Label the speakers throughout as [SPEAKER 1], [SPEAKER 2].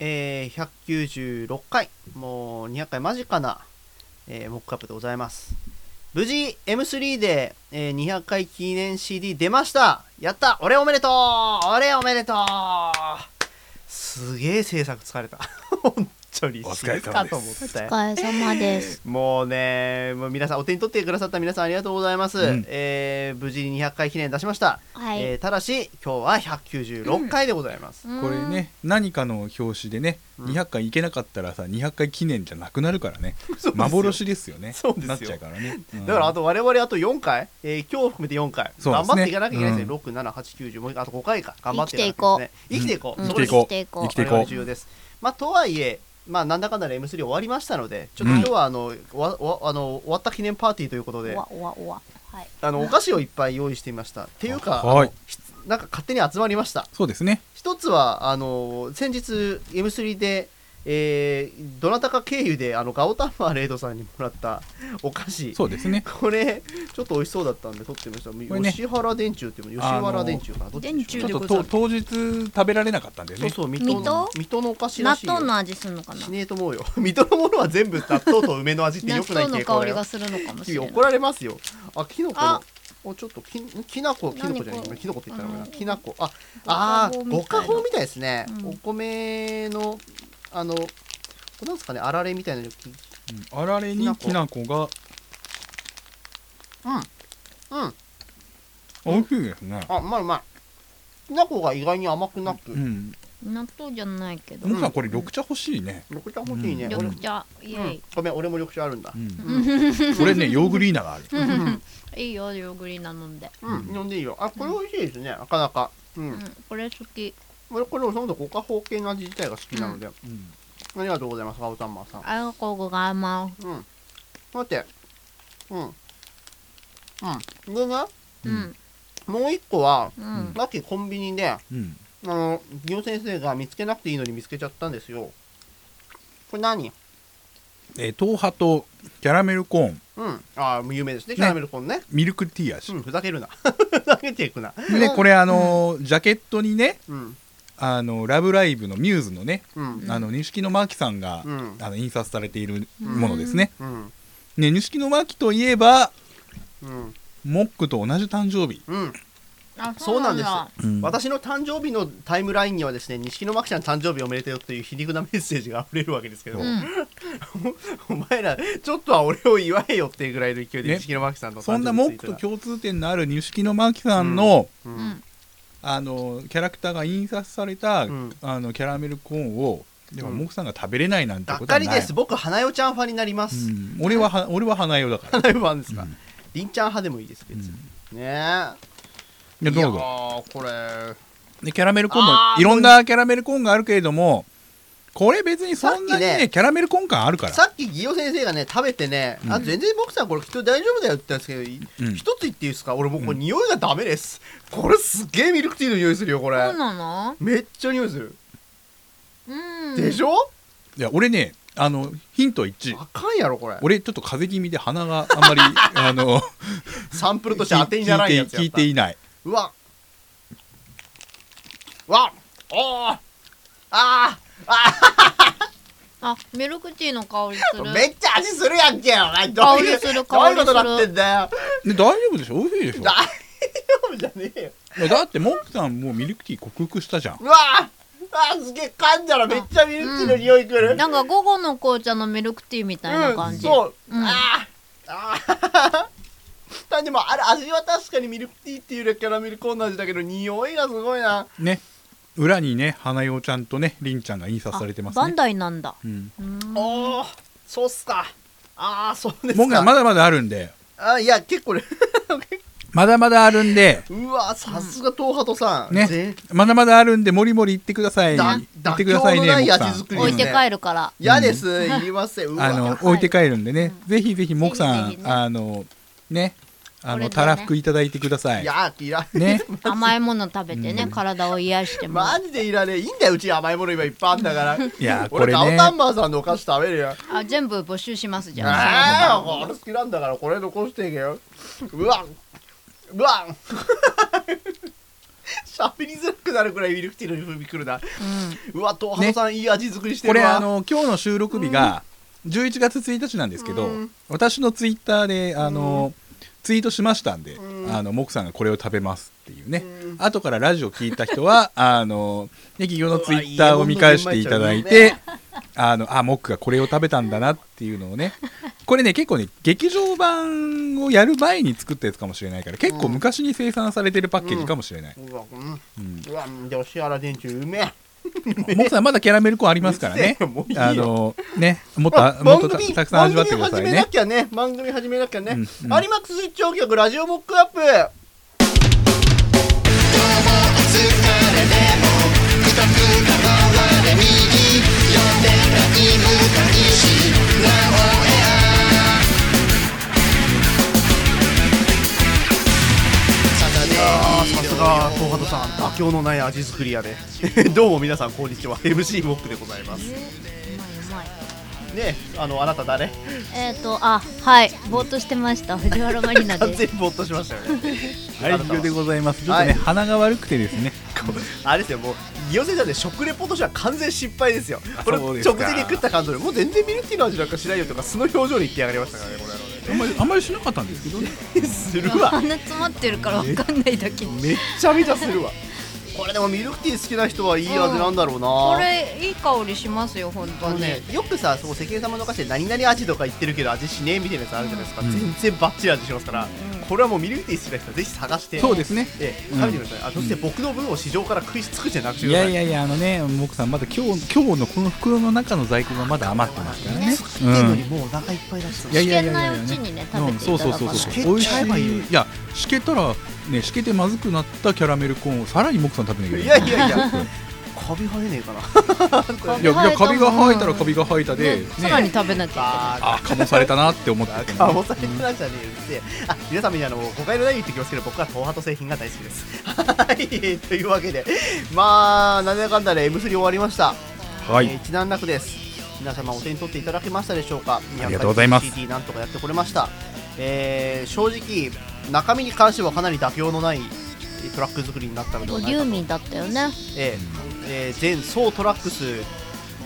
[SPEAKER 1] えー196回、もう200回間近な、えーモックアップでございます。無事 M3 で、えー200回記念 CD 出ましたやった俺おめでとう俺おめでとうすげえ制作疲れた。 本当に
[SPEAKER 2] お疲れ様です
[SPEAKER 1] 死ぬかと思ったよ
[SPEAKER 3] お疲れ様です。
[SPEAKER 1] もうね、もう皆さん、お手に取ってくださった皆さんありがとうございます。
[SPEAKER 2] うん
[SPEAKER 1] えー無事に200回記念出しました。
[SPEAKER 3] はい。
[SPEAKER 1] えーただし、今日は196回でございます。
[SPEAKER 3] うーん
[SPEAKER 2] これね何かの表紙でね、
[SPEAKER 1] うん
[SPEAKER 2] 200回いけなかったらさ200回記念じゃなくなるからね
[SPEAKER 1] そうですよ
[SPEAKER 2] 幻ですよね
[SPEAKER 1] そうですよ
[SPEAKER 2] なっちゃうからね、うん
[SPEAKER 1] だからあと我々あと4回、えー今日を含めて4回、
[SPEAKER 2] そうで
[SPEAKER 1] 頑
[SPEAKER 2] す
[SPEAKER 1] 張
[SPEAKER 2] ね
[SPEAKER 1] っていかなきゃいけないですね、6、7、8、9、10、もうあと5回か、頑張ってかなきゃ
[SPEAKER 2] 生きてい
[SPEAKER 1] こ
[SPEAKER 2] こ
[SPEAKER 1] う
[SPEAKER 3] うん
[SPEAKER 1] 生
[SPEAKER 2] 生
[SPEAKER 1] きて
[SPEAKER 2] きて
[SPEAKER 1] い
[SPEAKER 2] い
[SPEAKER 1] こう、
[SPEAKER 2] こう
[SPEAKER 3] 生きて
[SPEAKER 2] 生きてい
[SPEAKER 3] いこう
[SPEAKER 1] 我々
[SPEAKER 2] こ
[SPEAKER 1] 重要です。まあ、とはいえ、まあ、なんだかんだで M3 終わりましたので、ちょっと
[SPEAKER 2] うん
[SPEAKER 1] 今日はあの、わわあの終わった記念パーティーということ
[SPEAKER 3] お
[SPEAKER 1] で、
[SPEAKER 3] わおわおわ。はい。
[SPEAKER 1] あのお菓子をいっぱい用意してみました。っていうか、
[SPEAKER 2] はい
[SPEAKER 1] ひなんか勝手に集まりました。
[SPEAKER 2] そうですね
[SPEAKER 1] 一つはあの先日 M3 で、えーどなたか経由であのガオタンマーレイドさんにもらったお菓子
[SPEAKER 2] そうですね
[SPEAKER 1] これちょっと美味しそうだったんで撮ってみました、
[SPEAKER 2] れね
[SPEAKER 1] 吉原電柱っていうの吉原電柱かなどっちでし
[SPEAKER 2] ち
[SPEAKER 1] ょ
[SPEAKER 2] ょ
[SPEAKER 1] う
[SPEAKER 2] っ
[SPEAKER 3] 電
[SPEAKER 2] と
[SPEAKER 3] 柱
[SPEAKER 2] と当日食べられなかったんだよ
[SPEAKER 1] そう
[SPEAKER 2] ね
[SPEAKER 1] そう水戸の水戸のお菓子ら
[SPEAKER 3] 納
[SPEAKER 1] しいよ
[SPEAKER 3] 豆の味するのかな
[SPEAKER 1] し。ねえと思うよ水戸のものは全部納豆と梅の味って
[SPEAKER 3] 納
[SPEAKER 1] よくない傾向
[SPEAKER 3] 豆の香
[SPEAKER 1] だ
[SPEAKER 3] り
[SPEAKER 1] よ
[SPEAKER 3] がするのかもし
[SPEAKER 1] 君
[SPEAKER 3] れない
[SPEAKER 1] 怒。られますよあキノコの
[SPEAKER 3] あ
[SPEAKER 1] おちょっとききなこきのこじゃない
[SPEAKER 3] 何これ
[SPEAKER 1] きのこって言ったのかな
[SPEAKER 3] あの
[SPEAKER 1] きなこああーご
[SPEAKER 3] ご
[SPEAKER 1] 家
[SPEAKER 3] 家
[SPEAKER 1] 宝
[SPEAKER 3] 宝
[SPEAKER 1] みたいですね、
[SPEAKER 3] うん
[SPEAKER 1] お米のあのこれなんですかねあられみたいなのき
[SPEAKER 2] うんあられに
[SPEAKER 1] き
[SPEAKER 2] き
[SPEAKER 1] な
[SPEAKER 2] なこが
[SPEAKER 1] うん
[SPEAKER 2] 美味しいですね
[SPEAKER 1] あうまいうまいきなこが意外に甘くなく、
[SPEAKER 2] うん
[SPEAKER 3] 納豆じゃないけど。
[SPEAKER 2] 僕はこれ緑茶欲しいね、
[SPEAKER 1] 緑茶欲しいね、
[SPEAKER 2] うん
[SPEAKER 1] 俺
[SPEAKER 3] 緑茶。イ
[SPEAKER 1] う
[SPEAKER 3] エ
[SPEAKER 1] んごめん俺も緑茶あるんだ
[SPEAKER 2] う、ん、
[SPEAKER 3] イ。
[SPEAKER 2] これねヨーグリーナがある
[SPEAKER 1] ん
[SPEAKER 3] いいよヨーグリーナ飲んで。
[SPEAKER 1] うん飲んでいいよあこれ美味しいですねなかなかうん、
[SPEAKER 3] うん。これ好き。
[SPEAKER 1] 俺これほとんどご家宝系の味自体が好きなので、
[SPEAKER 2] うん
[SPEAKER 1] ありがとうございます青タンマーさん
[SPEAKER 3] ありがとうございます。
[SPEAKER 1] うん。待って。うん。うん。でね、
[SPEAKER 3] う
[SPEAKER 2] うん
[SPEAKER 3] ん。
[SPEAKER 1] もう一個は、
[SPEAKER 3] うん。
[SPEAKER 1] さっきコンビニで、あ
[SPEAKER 2] うん
[SPEAKER 1] の、ギオ先生が見つけなくていいのに見つけちゃったんですよ。これ何
[SPEAKER 2] えー豆腐とキャラメルコーン
[SPEAKER 1] うん。ああ、有名ですね。キャラメルコーンね。
[SPEAKER 2] ミルクティー味、
[SPEAKER 1] うん、ふざけるな。ふざけていくな。
[SPEAKER 2] でこれあのージャケットにね
[SPEAKER 1] うん。
[SPEAKER 2] あの「ラブライブ!」のミューズのね
[SPEAKER 1] うん。
[SPEAKER 2] あの錦野真紀さんが、
[SPEAKER 1] うん
[SPEAKER 2] あの印刷されているものですね。
[SPEAKER 1] うん。
[SPEAKER 2] ね錦野真紀といえば
[SPEAKER 1] うん。
[SPEAKER 2] モックと同じ誕生日、
[SPEAKER 1] うん。
[SPEAKER 3] あ
[SPEAKER 1] そうなんです
[SPEAKER 3] だ
[SPEAKER 2] 私
[SPEAKER 1] 私の誕生日のタイムラインにはですね、錦野真紀ちゃん誕生日おめでとうという皮肉なメッセージが溢れるわけですけど、
[SPEAKER 3] うん。
[SPEAKER 1] お前ら、ちょっとは俺を祝えよっていうぐらいの勢いで
[SPEAKER 2] ね
[SPEAKER 1] 錦野真紀さんの誕生日
[SPEAKER 2] そんなモッ
[SPEAKER 1] ツ
[SPEAKER 2] ク
[SPEAKER 1] イート
[SPEAKER 2] と
[SPEAKER 1] だ
[SPEAKER 2] 共通点のある錦野真紀さんの、
[SPEAKER 1] う
[SPEAKER 3] うんん。
[SPEAKER 2] あのキャラクターが印刷された、
[SPEAKER 1] うん
[SPEAKER 2] あのキャラメルコーンをでも
[SPEAKER 1] うん
[SPEAKER 2] モックさんが食べれないなんて
[SPEAKER 1] がっ
[SPEAKER 2] こと
[SPEAKER 1] か
[SPEAKER 2] は
[SPEAKER 1] り
[SPEAKER 2] ない
[SPEAKER 1] です。僕、花代ちゃんファンになります。
[SPEAKER 2] うん、俺はは俺は花代だから、
[SPEAKER 1] 花代ファンですか。
[SPEAKER 2] うん
[SPEAKER 1] りんちゃん派でもいいです、別に。ねえ。
[SPEAKER 2] でどう
[SPEAKER 1] いや
[SPEAKER 2] ぞ
[SPEAKER 1] ーこれ、
[SPEAKER 2] でキャラメルコーンも
[SPEAKER 1] あー
[SPEAKER 2] いろんなキャラメルコーンがあるけれどもこれ別にそんなにね
[SPEAKER 1] さっきね
[SPEAKER 2] キャラメルコーン感あるから
[SPEAKER 1] さっき、ギオ先生がね、食べてね、
[SPEAKER 2] うん
[SPEAKER 1] あ全然僕さん、これ、きっと大丈夫だよって言ったんですけど、
[SPEAKER 2] うん
[SPEAKER 1] 一つ言っていいですか、俺、もうこれ、匂いがダメです。これ、すっげえミルクティーの匂いするよ、これ
[SPEAKER 3] そう。なの？
[SPEAKER 1] めっちゃ匂いする。
[SPEAKER 3] うん。
[SPEAKER 1] でしょ
[SPEAKER 2] いや俺ねあのヒント1
[SPEAKER 1] あかんやろ、これ。
[SPEAKER 2] 俺ちょっと風邪気味で鼻があん まりあの
[SPEAKER 1] サンプルとして
[SPEAKER 2] 聞
[SPEAKER 1] 当てにならんや
[SPEAKER 2] い
[SPEAKER 1] つ
[SPEAKER 2] て
[SPEAKER 1] や
[SPEAKER 2] 聞
[SPEAKER 1] っ
[SPEAKER 2] い
[SPEAKER 1] た
[SPEAKER 2] て。いないう
[SPEAKER 1] わうわおーあー
[SPEAKER 3] あミルクティーの香りする。
[SPEAKER 1] めっちゃ味するやんけよお前どう
[SPEAKER 3] 香
[SPEAKER 1] い
[SPEAKER 3] り
[SPEAKER 1] う
[SPEAKER 3] する
[SPEAKER 1] どうい
[SPEAKER 3] 香
[SPEAKER 1] う
[SPEAKER 3] り
[SPEAKER 1] こ
[SPEAKER 3] す
[SPEAKER 1] と
[SPEAKER 3] る。
[SPEAKER 1] なってんだよ
[SPEAKER 2] で大丈夫でしょ美味しいでしょ
[SPEAKER 1] 大丈夫じゃねえよ
[SPEAKER 2] いやだってモックさんもうミルクティー克服したじゃん
[SPEAKER 1] うわーあーすげえ噛んだらめっちゃミルクティーの匂いくる、うん
[SPEAKER 3] なんか午後の紅茶のミルクティーみたいな感じ。
[SPEAKER 1] そう、
[SPEAKER 3] うん
[SPEAKER 1] あーあー ただでもあれ味は確かにミルクティーっていうよりはキャラメルコーンの味だけど匂いがすごいな
[SPEAKER 2] ね裏にね花代ちゃんとねりんちゃんが印刷されてます
[SPEAKER 3] バン
[SPEAKER 2] ね
[SPEAKER 3] ダイなんだ。
[SPEAKER 2] うん
[SPEAKER 3] うーん
[SPEAKER 1] おおそうっすかああそうです
[SPEAKER 2] モック
[SPEAKER 1] か
[SPEAKER 2] さんまだまだあるんで
[SPEAKER 1] あいや結構ね
[SPEAKER 2] まだまだあるんで
[SPEAKER 1] うわさすが東ハトさん
[SPEAKER 2] ね
[SPEAKER 1] ぜ
[SPEAKER 2] まだまだあるんでもりもり言ってください
[SPEAKER 1] だ
[SPEAKER 2] 言ってくださいね
[SPEAKER 1] 妥協のない
[SPEAKER 2] モックさん
[SPEAKER 1] 味作り
[SPEAKER 3] 置いて帰るから。
[SPEAKER 1] 嫌です、いりませんうわ
[SPEAKER 2] あの
[SPEAKER 3] い
[SPEAKER 2] 置いて帰るんでね、ぜひぜひもくさん、
[SPEAKER 3] ぜひぜひね
[SPEAKER 2] あのねあ
[SPEAKER 3] これ
[SPEAKER 2] の
[SPEAKER 3] でね
[SPEAKER 2] たらふくいただいてください
[SPEAKER 1] いやいらね
[SPEAKER 2] ね
[SPEAKER 3] 甘いもの食べて
[SPEAKER 2] う
[SPEAKER 3] ね
[SPEAKER 2] ん
[SPEAKER 3] 体を癒してもら
[SPEAKER 1] マ
[SPEAKER 3] う。
[SPEAKER 1] ジでいらねえいいんだようち甘いもの今いっぱいあんだから
[SPEAKER 2] いやこ
[SPEAKER 1] 俺
[SPEAKER 2] れ
[SPEAKER 1] ガオ
[SPEAKER 2] ね
[SPEAKER 1] タンマーさんのお菓子食べるよ
[SPEAKER 3] あ全部募集しますじゃあ。
[SPEAKER 1] ああ俺好きなんだからこれ残していけようわうわ 喋りづらくなるくらいミルクティーの風味くるな
[SPEAKER 3] うん
[SPEAKER 1] うわ東ハさん、いい味作りして
[SPEAKER 2] こ
[SPEAKER 1] る
[SPEAKER 2] れ
[SPEAKER 1] わ
[SPEAKER 2] あの今日の収録日が11月1日なんですけど、
[SPEAKER 1] うん
[SPEAKER 2] 私のツイッターであの、ツイートしましたんで、
[SPEAKER 1] うん
[SPEAKER 2] あのモクさんがこれを食べますっていうね、
[SPEAKER 1] うん
[SPEAKER 2] 後からラジオ聞いた 人はあのね企業のツイッターを見返していただいてあのあモックがこれを食べたんだなっていうのをねこれね結構ね劇場版をやる前に作ったやつかもしれないから結構昔に生産されてるパッケージかもしれない、
[SPEAKER 1] うわう
[SPEAKER 2] うん
[SPEAKER 1] んうわで吉原電柱うめえ
[SPEAKER 2] モクさんまだキャラメルコーンありますからね
[SPEAKER 1] うっせえよもういいよ
[SPEAKER 2] あのねもっ
[SPEAKER 1] まあ
[SPEAKER 2] ともっと
[SPEAKER 1] 番組
[SPEAKER 2] たたくさん味わってください
[SPEAKER 1] 番
[SPEAKER 2] ね
[SPEAKER 1] 組始めなきゃね番組始めなきゃね、
[SPEAKER 2] うんうん
[SPEAKER 1] 有馬区スイッチ応局ラジオモックアップあーさすが東ハトさん妥協のない味作りや でどうも皆さんこんにちは MC モックでございますね
[SPEAKER 3] うまいうまい
[SPEAKER 1] あのあなた誰
[SPEAKER 3] えっ、ー、とあはいぼーっとしてました藤原ま りな
[SPEAKER 1] 完
[SPEAKER 3] です
[SPEAKER 1] 全にぼーっとしましたよね
[SPEAKER 2] はい
[SPEAKER 1] あな
[SPEAKER 2] 以
[SPEAKER 1] た
[SPEAKER 2] 上で
[SPEAKER 1] は
[SPEAKER 2] ございますちょっとね、
[SPEAKER 1] はい
[SPEAKER 2] 鼻が悪くてですね
[SPEAKER 1] あれですよもうギオセさんで食レポとしては完全失敗ですよ
[SPEAKER 2] あ
[SPEAKER 1] これ
[SPEAKER 2] そう
[SPEAKER 1] 直
[SPEAKER 2] ですか
[SPEAKER 1] 前に食った感じでもう全然ミルクティーの味なんかしないよとか素の表情に言ってやがりましたからねこれ
[SPEAKER 2] あんまりあんまりしなかったんですけどね
[SPEAKER 1] ねするわ
[SPEAKER 3] 鼻詰まってるからわかんないだけ
[SPEAKER 1] めっちゃめちゃするわこれでもミルクティー好きな人はいい味なんだろうな、
[SPEAKER 3] これいい香りしますよ本
[SPEAKER 1] あ
[SPEAKER 3] 当
[SPEAKER 1] の
[SPEAKER 3] に、
[SPEAKER 1] ね、よくさ、そう世間様のお菓子で何々味とか言ってるけど味しねえみたいなやつあるじゃないですか、
[SPEAKER 2] うん
[SPEAKER 1] 全然バッチリ味しますから、これはもうミルクティー好きな人はぜひ探して
[SPEAKER 2] そうですね
[SPEAKER 1] ええ
[SPEAKER 2] うん
[SPEAKER 1] 食べてください、あそして僕の分を市場から食い尽くしてなくして
[SPEAKER 2] い
[SPEAKER 1] くだ
[SPEAKER 2] や
[SPEAKER 1] さい
[SPEAKER 2] いやいやあのねモクさんまだ今日今日のこの袋の中の在庫がまだ余ってますからね
[SPEAKER 1] 食ってんのにもうお腹いっぱいだしさ、
[SPEAKER 2] いやいやいやいや
[SPEAKER 3] しけないうちにね食べていただかないと
[SPEAKER 2] うんそうそうそうそう
[SPEAKER 1] しけちゃえばいい
[SPEAKER 2] 美味しいいやしけたらねしけてまずくなったキャラメルコーンをさらにモクさん食べなきゃ
[SPEAKER 1] い
[SPEAKER 2] いけ
[SPEAKER 1] や
[SPEAKER 2] ない
[SPEAKER 1] いやいやカビ生えねえかなこ
[SPEAKER 2] いやいやカビが生えたらカビが生えたで、
[SPEAKER 3] ねさらに食べなきゃい
[SPEAKER 2] あかもされたなって思ってて、
[SPEAKER 1] あ、もされてないじゃねえよって。あ、皆様にあの、誤解のないように言ってきますけど、僕は東ハト製品が大好きです。 はい、というわけで、まあ、なんだかんだで M3 終わりました。
[SPEAKER 2] は
[SPEAKER 1] えー
[SPEAKER 2] い
[SPEAKER 1] 一段落です皆様お手に取っていただけましたでしょうか
[SPEAKER 2] ありがとうございます
[SPEAKER 1] CD なんとかやってこれました、えー正直中身に関してはかなり妥協のないえートラック作りになったので
[SPEAKER 3] と
[SPEAKER 1] は
[SPEAKER 3] 思
[SPEAKER 1] ない
[SPEAKER 3] うユ
[SPEAKER 1] か
[SPEAKER 3] ー
[SPEAKER 1] と、
[SPEAKER 3] ミンだったよね
[SPEAKER 1] えーえー全総トラック数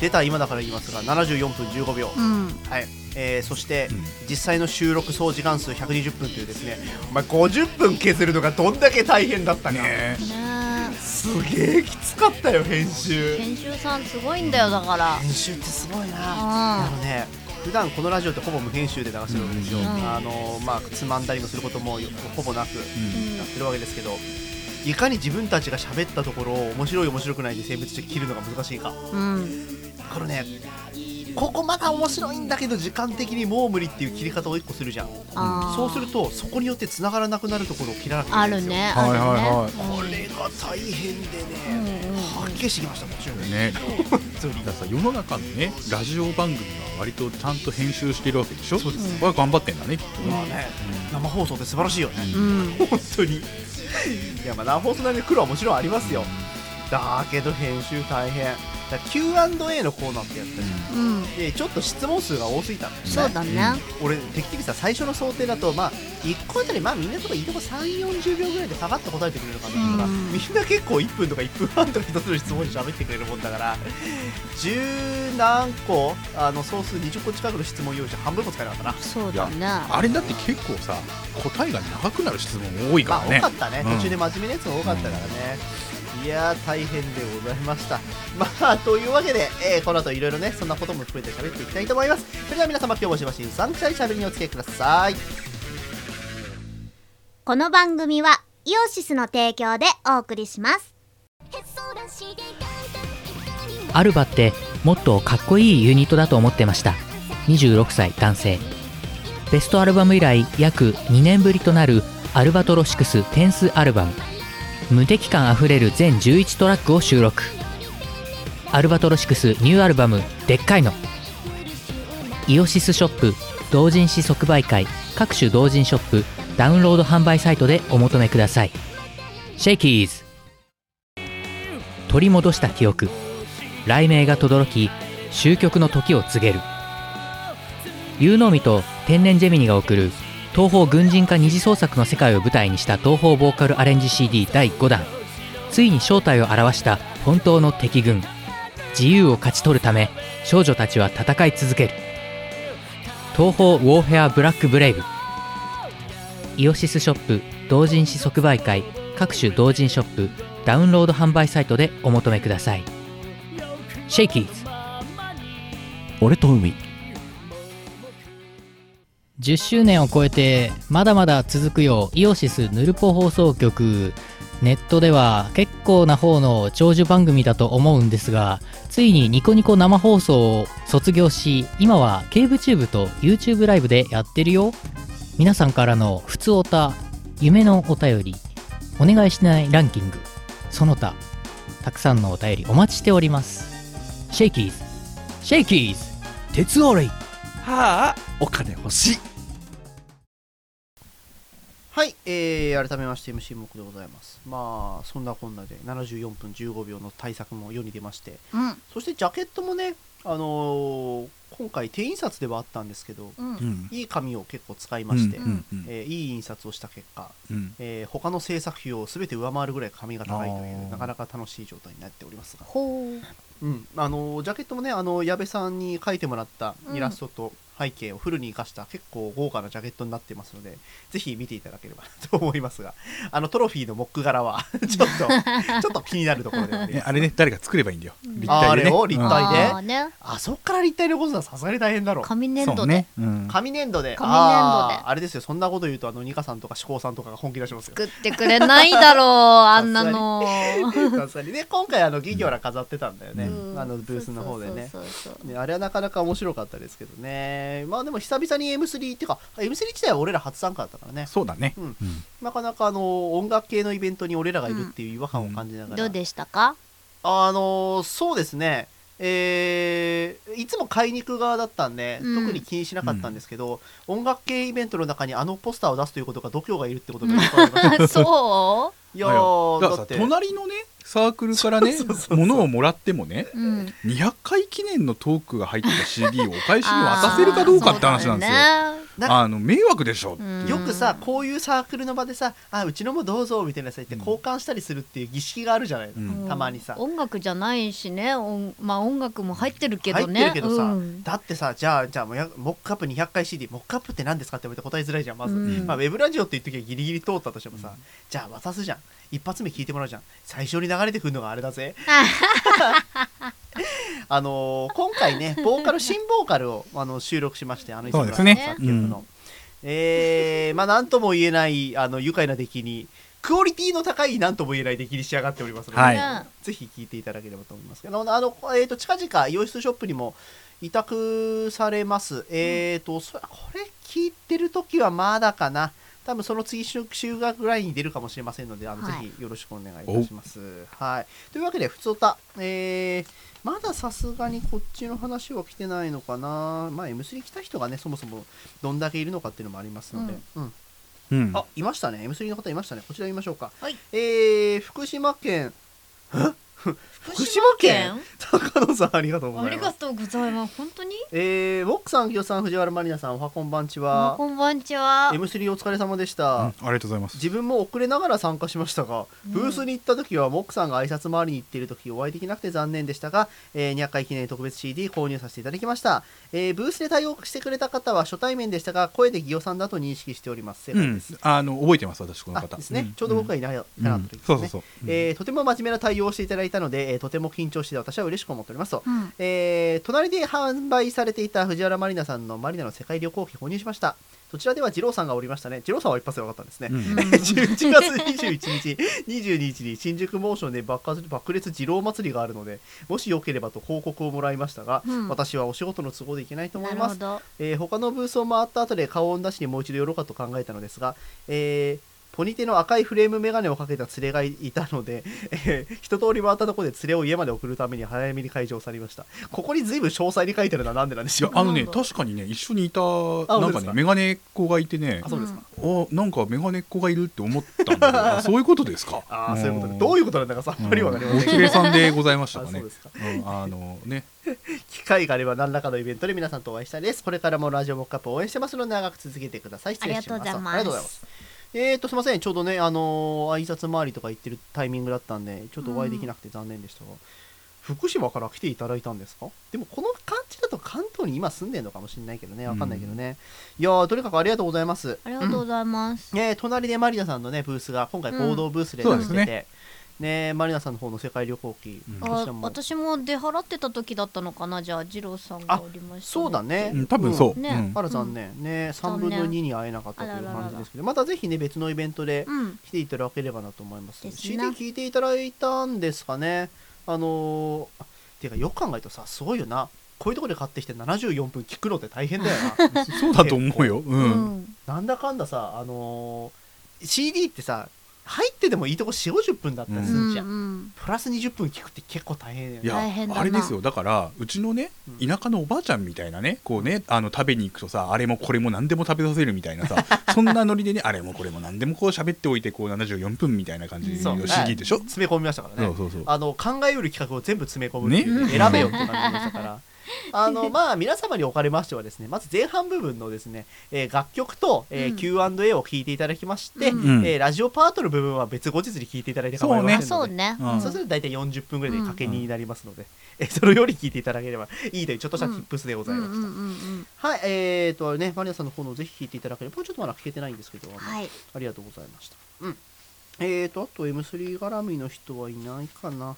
[SPEAKER 1] 出た今だから言いますが74分15秒、
[SPEAKER 3] うん
[SPEAKER 1] はいえーそして、
[SPEAKER 2] うん
[SPEAKER 1] 実際の収録総時間数120分というですねお前50分削るのがどんだけ大変だったか、
[SPEAKER 2] ねえ
[SPEAKER 3] ね
[SPEAKER 1] すげえきつかったよ編集
[SPEAKER 3] え研修さんすごいんだよだから
[SPEAKER 1] 編集ってすごいなあ
[SPEAKER 3] あ
[SPEAKER 1] のね普段このラジオってほぼ無編集で流してるんですよ、
[SPEAKER 2] うん
[SPEAKER 1] あのまあつまんだりもすることもよほぼなく
[SPEAKER 2] う
[SPEAKER 1] や
[SPEAKER 2] ん
[SPEAKER 1] ってるわけですけどいかに自分たちが喋ったところを面白い面白くないで選別して切るのが難しいか
[SPEAKER 3] うん、うん、
[SPEAKER 1] これねここまだ面白いんだけど時間的にもう無理っていう切り方を1個するじゃん
[SPEAKER 3] あー
[SPEAKER 1] そうするとそこによって繋がらなくなるところを切らなきゃ
[SPEAKER 3] あ
[SPEAKER 1] いけない
[SPEAKER 3] る
[SPEAKER 1] んですよ
[SPEAKER 3] ね
[SPEAKER 2] は
[SPEAKER 3] あ
[SPEAKER 2] い
[SPEAKER 3] るね
[SPEAKER 2] はい
[SPEAKER 1] これが大変で
[SPEAKER 3] うん
[SPEAKER 1] ね、
[SPEAKER 3] うんうん
[SPEAKER 1] はっきりしてきました途中で
[SPEAKER 2] ね、だからさ世の中のねラジオ番組は割とちゃんと編集してるわけでしょそうです頑張ってんだねきっと
[SPEAKER 1] まあね生放送って素晴らしいよね、
[SPEAKER 3] うん
[SPEAKER 1] 本当にいやまあ生放送なりの苦労はもちろんありますよだけど編集大変だから Q&A のコーナーってやったじゃん
[SPEAKER 3] うん
[SPEAKER 1] でちょっと質問数が多すぎたんだよね
[SPEAKER 3] そうだね、
[SPEAKER 1] 俺てっきりさ最初の想定だとまあ1個あたりまあみんなとかいいとこ3 4 0秒ぐらいでさばっと答えてくれるかなと思ったら、
[SPEAKER 3] うん
[SPEAKER 1] みんな結構1分とか1分半とか1つの質問に喋ってくれるもんだから十何個あの総数20個近くの質問用意して半分も使えなかったな
[SPEAKER 3] そうだね
[SPEAKER 2] あれだって結構さ答えが長くなる質問多いか
[SPEAKER 1] まあ
[SPEAKER 2] らね
[SPEAKER 1] 多かったね、
[SPEAKER 2] うん
[SPEAKER 1] 途中で真面目なやつが多かったからね、いやー大変でございましたまあというわけで、えーこの後いろいろねそんなことも含めて喋っていきたいと思いますそれでは皆様今日もしばしサンクシャリしゃべりにお付き合いください
[SPEAKER 4] この番組はイオシスの提供でお送りします
[SPEAKER 5] アルバってもっとかっこいいユニットだと思ってました26歳男性ベストアルバム以来約2年ぶりとなるアルバトロシクステンスアルバム無敵感あふれる全11トラックを収録アルバトロシクスニューアルバム「でっかいの」イオシスショップ同人誌即売会各種同人ショップダウンロード販売サイトでお求めくださいシェイキーズ取り戻した記憶雷鳴が轟き終局の時を告げる有能美と天然ジェミニが送る東方軍人化二次創作の世界を舞台にした東方ボーカルアレンジ CD 第5弾ついに正体を表した本当の敵軍自由を勝ち取るため少女たちは戦い続ける東方ウォーフェアブラックブレイブイオシスショップ同人誌即売会各種同人ショップダウンロード販売サイトでお求めくださいシェイキーズ俺と海
[SPEAKER 6] 10周年を超えてまだまだ続くようイオシスヌルポ放送局ネットでは結構な方の長寿番組だと思うんですがついにニコニコ生放送を卒業し今はケーブチューブと YouTube ライブでやってるよ皆さんからの普通おた夢のお便りお願いしないランキングその他たくさんのお便りお待ちしておりますシェイキーズシェイキーズ鉄オレイ
[SPEAKER 7] はあお金欲しい
[SPEAKER 1] はい、えー、改めまして MC 木でございます。まあ、そんなこんなで74分15秒の対策も世に出まして、
[SPEAKER 3] うん
[SPEAKER 1] そしてジャケットもね、あのー今回、手印刷ではあったんですけど、
[SPEAKER 3] うん
[SPEAKER 2] うん
[SPEAKER 1] いい紙を結構使いまして、
[SPEAKER 2] うんうん
[SPEAKER 1] えーいい印刷をした結果、
[SPEAKER 2] うん
[SPEAKER 1] えー他の制作費を全て上回るぐらい紙が高いとい
[SPEAKER 2] あ
[SPEAKER 1] う、
[SPEAKER 2] ー
[SPEAKER 1] なかなか楽しい状態になっておりますが、
[SPEAKER 3] ほう
[SPEAKER 1] うんあのージャケットもね、あのー矢部さんに描いてもらった
[SPEAKER 3] うん
[SPEAKER 1] イラストと背景をフルに生かした結構豪華なジャケットになってますので、ぜひ見ていただければと思いますが、あのトロフィーのモック柄は ちょっと、ちょっと気になるところではあり
[SPEAKER 2] ね
[SPEAKER 1] ます
[SPEAKER 2] あれね誰か作ればいいんだよ立体で、ね、
[SPEAKER 1] ああれを立体で
[SPEAKER 3] あーね
[SPEAKER 1] あそっから立体に起こすのはさすがに大変だろう。
[SPEAKER 3] 紙
[SPEAKER 2] うん
[SPEAKER 3] 粘
[SPEAKER 2] そ
[SPEAKER 3] 土
[SPEAKER 2] う
[SPEAKER 3] で
[SPEAKER 2] ね、うん、
[SPEAKER 1] 紙粘土で、
[SPEAKER 3] 紙粘土で
[SPEAKER 1] あーあれですよ、そんなこと言うと、あの、ニカさんとか志功さんとかが本気出しますよ。
[SPEAKER 3] 作ってくれないだろうあんなの
[SPEAKER 1] 確かにね今回あのギギョラ飾ってたんだよね、
[SPEAKER 3] うん
[SPEAKER 1] あのブースの方でね
[SPEAKER 3] そうそうそうそう
[SPEAKER 1] ねあれはなかなか面白かったですけどねまあでも久々に M3 っていうか M3 自体は俺ら初参加だったからね
[SPEAKER 2] そうだね、
[SPEAKER 1] うん
[SPEAKER 2] うん
[SPEAKER 1] なかなかあの音楽系のイベントに俺らがいるっていう違和感を感じながら、
[SPEAKER 3] どうでしたか
[SPEAKER 1] あのそうですねえーいつも買いに行く側だったんで、
[SPEAKER 3] うん
[SPEAKER 1] 特に気にしなかったんですけど、音楽系イベントの中にあのポスターを出すということが度胸がいるってことがよくわかりました
[SPEAKER 3] そ
[SPEAKER 1] いや
[SPEAKER 2] だ
[SPEAKER 1] ー
[SPEAKER 2] から
[SPEAKER 1] だっ
[SPEAKER 2] さ
[SPEAKER 1] て
[SPEAKER 2] 隣のねサークルからね
[SPEAKER 1] そうそうそうそう
[SPEAKER 2] 物をもらってもね
[SPEAKER 3] う、うん、
[SPEAKER 2] 200回記念のトークが入った CD をお返しに渡せるかどうかって話なんですよ。あ,、
[SPEAKER 3] あーそうだね
[SPEAKER 1] そうだよ
[SPEAKER 2] の迷惑でしょって
[SPEAKER 3] うん
[SPEAKER 2] いう、
[SPEAKER 1] よくさこういうサークルの場でさ「あうちのもどうぞ」みたいなさ言って
[SPEAKER 2] うん
[SPEAKER 1] 交換したりするっていう儀式があるじゃない、
[SPEAKER 2] うん
[SPEAKER 1] たまにさ
[SPEAKER 3] 音楽じゃないしね音まあ音楽も入ってるけどね
[SPEAKER 1] 入ってるけどさ、
[SPEAKER 3] うん
[SPEAKER 1] だってさじゃあじゃあもやモックアップ200回 CD モックアップって何ですかって言われて答えづらいじゃんまず、
[SPEAKER 3] うん
[SPEAKER 1] まあ、ウェブラジオって言う時はギリギリ通ったとしてもさ、じゃあ渡すじゃん一発目聞いてもらうじゃん最初に流れてくるのがあれだ ぜあのー今回ねボーカル新ボーカルをあの収録しましてあの
[SPEAKER 2] そうですね
[SPEAKER 1] 作曲の、
[SPEAKER 2] う
[SPEAKER 1] えーまあなんとも言えないあの愉快な出来にクオリティの高いなんとも言えない出来に仕上がっておりますので、
[SPEAKER 2] はい
[SPEAKER 1] ぜひ聞いていただければと思いますけど、あの、えっ、と、近々、洋室ショップにも委託されます。えっ、と、そこれ聞いてる時はまだかな。多分その次週週がぐらいに出るかもしれませんので、あの、
[SPEAKER 3] はい
[SPEAKER 1] ぜひよろしくお願いいたします。はい。というわけで、ふつおた、えー、まださすがにこっちの話は来てないのかな。まあ、M3 来た人がね、そもそもどんだけいるのかっていうのもありますので、うん
[SPEAKER 2] うん
[SPEAKER 1] あいましたね M3 の方いましたねこちら見ましょうか、
[SPEAKER 3] はい
[SPEAKER 1] えー、福島県
[SPEAKER 3] 福
[SPEAKER 1] 島県高野さんありがとうご
[SPEAKER 3] あ
[SPEAKER 1] ざい
[SPEAKER 3] り
[SPEAKER 1] ま
[SPEAKER 3] が
[SPEAKER 1] す
[SPEAKER 3] とうございます本当に
[SPEAKER 1] えー、モックさん、ギョさん、藤原マリナさん、おはこんばんち
[SPEAKER 3] あ
[SPEAKER 1] は。
[SPEAKER 3] こんばんちは
[SPEAKER 1] M3 お疲れ様でし
[SPEAKER 2] うん
[SPEAKER 1] た
[SPEAKER 2] あ。りがとうございます。
[SPEAKER 1] 自分も遅れながら参加しましたが、ブースに行った時は、モックさんが挨拶回りに行っている時お会いできなくて残念でしたが、えー、200回記念特別 CD 購入させていただきました。えー、ブースで対応してくれた方は初対面でしたが、声でギオさんだと認識しております。正
[SPEAKER 2] う
[SPEAKER 1] 解で
[SPEAKER 2] ん
[SPEAKER 1] す。、
[SPEAKER 2] あの覚えてます私この
[SPEAKER 1] あ
[SPEAKER 2] 方
[SPEAKER 1] ですね、
[SPEAKER 2] うん
[SPEAKER 1] ちょうど僕がいないなかっ
[SPEAKER 2] うん
[SPEAKER 1] た時
[SPEAKER 2] うん
[SPEAKER 1] ですね。
[SPEAKER 2] そうそうそう、うん
[SPEAKER 1] えーとても真面目な対応をしていただいたので、えーとても緊張して私は嬉しく思っておりますと、
[SPEAKER 3] うん
[SPEAKER 1] えー隣で販売されていた藤原マリナさんのマリナの世界旅行記購入しましたそちらでは二郎さんがおりましたね二郎さんは一発で分かったん ですね、
[SPEAKER 2] うん
[SPEAKER 1] 11月21日、22日に新宿モーションで爆発爆裂二郎祭りがあるので、もしよければと報告をもらいましたが、
[SPEAKER 3] うん
[SPEAKER 1] 私はお仕事の都合でいけない と思
[SPEAKER 3] ないる
[SPEAKER 1] ま
[SPEAKER 3] ほ
[SPEAKER 1] す。
[SPEAKER 3] ど
[SPEAKER 1] えー他のブースを回った後で顔を出しにもう一度寄ろうかと考えたのですが、えーポニテの赤いフレームメガネをかけた連れがいたので、えー一通り回ったところで連れを家まで送るために早めに会場を去りました。ここに随分詳細に書いてあるのはなんでなんで
[SPEAKER 2] い
[SPEAKER 1] しょ
[SPEAKER 2] や
[SPEAKER 1] う。
[SPEAKER 2] あのね確かにね一緒にいたなん
[SPEAKER 1] 本当
[SPEAKER 2] か
[SPEAKER 1] です
[SPEAKER 2] ね
[SPEAKER 1] か
[SPEAKER 2] メガネっ子がいてね
[SPEAKER 1] あ、そうですか。
[SPEAKER 2] あなんかメガネっ子がいるって思ったんだけど あそういうことですか
[SPEAKER 1] ああ、そういうことで、どう
[SPEAKER 2] い
[SPEAKER 1] いうことなんだかさっぱりわかりま
[SPEAKER 2] お
[SPEAKER 1] せんけど
[SPEAKER 2] きれさんでございました
[SPEAKER 1] あ
[SPEAKER 2] か
[SPEAKER 1] そ
[SPEAKER 2] ね
[SPEAKER 1] うですか
[SPEAKER 2] うんあのね
[SPEAKER 1] 機会があれば何らかのイベントで皆さんとお会いしたいです。これからもラジオモックアップを応援してますので長く続けてください。失礼します。
[SPEAKER 4] ありがとうございます
[SPEAKER 1] ありがとうございます。えーと、すみません、ちょうどね、あのー挨拶回りとか行ってるタイミングだったんで、ちょっとお会いできなくて残念でしたが、福島から来ていただいたんですかでも、この感じだと関東に今住んでるのかもしれないけどね、わかんないけどね。いやー、とにかくありがとうございます。
[SPEAKER 3] ありがとうございます。
[SPEAKER 1] ね、隣でマリナさんのね、ブースが、今回
[SPEAKER 3] うん
[SPEAKER 1] 合同ブースで
[SPEAKER 2] そう
[SPEAKER 1] 出
[SPEAKER 2] で
[SPEAKER 1] し
[SPEAKER 2] す
[SPEAKER 1] て
[SPEAKER 2] ね
[SPEAKER 1] て、ね、マリナさんの方の世界旅行記、
[SPEAKER 2] うん
[SPEAKER 1] こちら
[SPEAKER 3] あ、
[SPEAKER 1] も。
[SPEAKER 3] 私も出払ってた時だったのかな、じゃあ、二郎さんがおりました。
[SPEAKER 1] そうだ。ね
[SPEAKER 2] う。ん多分そう、
[SPEAKER 3] ね
[SPEAKER 2] うん
[SPEAKER 1] あら残念、ね3分の2に会えなかったという感じですけどまたぜひね別のイベントで
[SPEAKER 3] うん。
[SPEAKER 1] 来ていただければなと思います
[SPEAKER 3] です
[SPEAKER 1] CD
[SPEAKER 3] な
[SPEAKER 1] 聞いていただいたんですかねあのーあていうかよく考えるとさすごいよなこういうところで買ってきて74分聞くのって大変だよな
[SPEAKER 2] そうだと思うよ、う
[SPEAKER 3] うんん。
[SPEAKER 1] なんだかんださあのー CD ってさ入ってでもいいとこ4 5 0分だったり
[SPEAKER 3] う
[SPEAKER 1] するじゃん、
[SPEAKER 3] ん。
[SPEAKER 1] プラス20分聞くって結構大変だよ
[SPEAKER 2] い
[SPEAKER 1] ね
[SPEAKER 2] や
[SPEAKER 3] 大変だな
[SPEAKER 2] あれですよだからうちのね
[SPEAKER 1] うん
[SPEAKER 2] 田舎のおばあちゃんみたいなねこうねあの食べに行くとさあれもこれも何でも食べさせるみたいな さそんなノリでねあれもこれも何でもこう喋っておいてこう74分みたいな感じ
[SPEAKER 1] そう
[SPEAKER 2] の CD でしょ、
[SPEAKER 1] 詰め込みましたからね
[SPEAKER 2] そうそうそう
[SPEAKER 1] あの考えうる企画を全部詰め込むっていう、
[SPEAKER 2] ね
[SPEAKER 1] 選べよって感じでした から。あのまあ、皆様におかれましてはですねまず前半部分のですね、えー楽曲と、えー
[SPEAKER 3] うん
[SPEAKER 1] Q&A を聞いていただきまして、
[SPEAKER 3] うん
[SPEAKER 2] うん
[SPEAKER 1] えーラジオパートの部分は別後日に聞いていただいて構いませんの
[SPEAKER 3] あ、
[SPEAKER 1] で
[SPEAKER 3] そうね。
[SPEAKER 2] うん
[SPEAKER 3] うん
[SPEAKER 1] そうすると大体40分ぐらいで掛け荷になりますので、えーそれより聞いていただければいいというちょっとした
[SPEAKER 3] うん
[SPEAKER 1] tips でご
[SPEAKER 3] う
[SPEAKER 1] ざい
[SPEAKER 3] ん
[SPEAKER 1] ま
[SPEAKER 3] う
[SPEAKER 1] した、
[SPEAKER 3] んうん
[SPEAKER 1] はいえー、とねマリアさんの方のぜひ聞いていただければちょっとまだ聞けてないんですけど、あの
[SPEAKER 4] はい。
[SPEAKER 1] ありがとうございました。うん。えーと、あと M3 絡みの人はいないかな。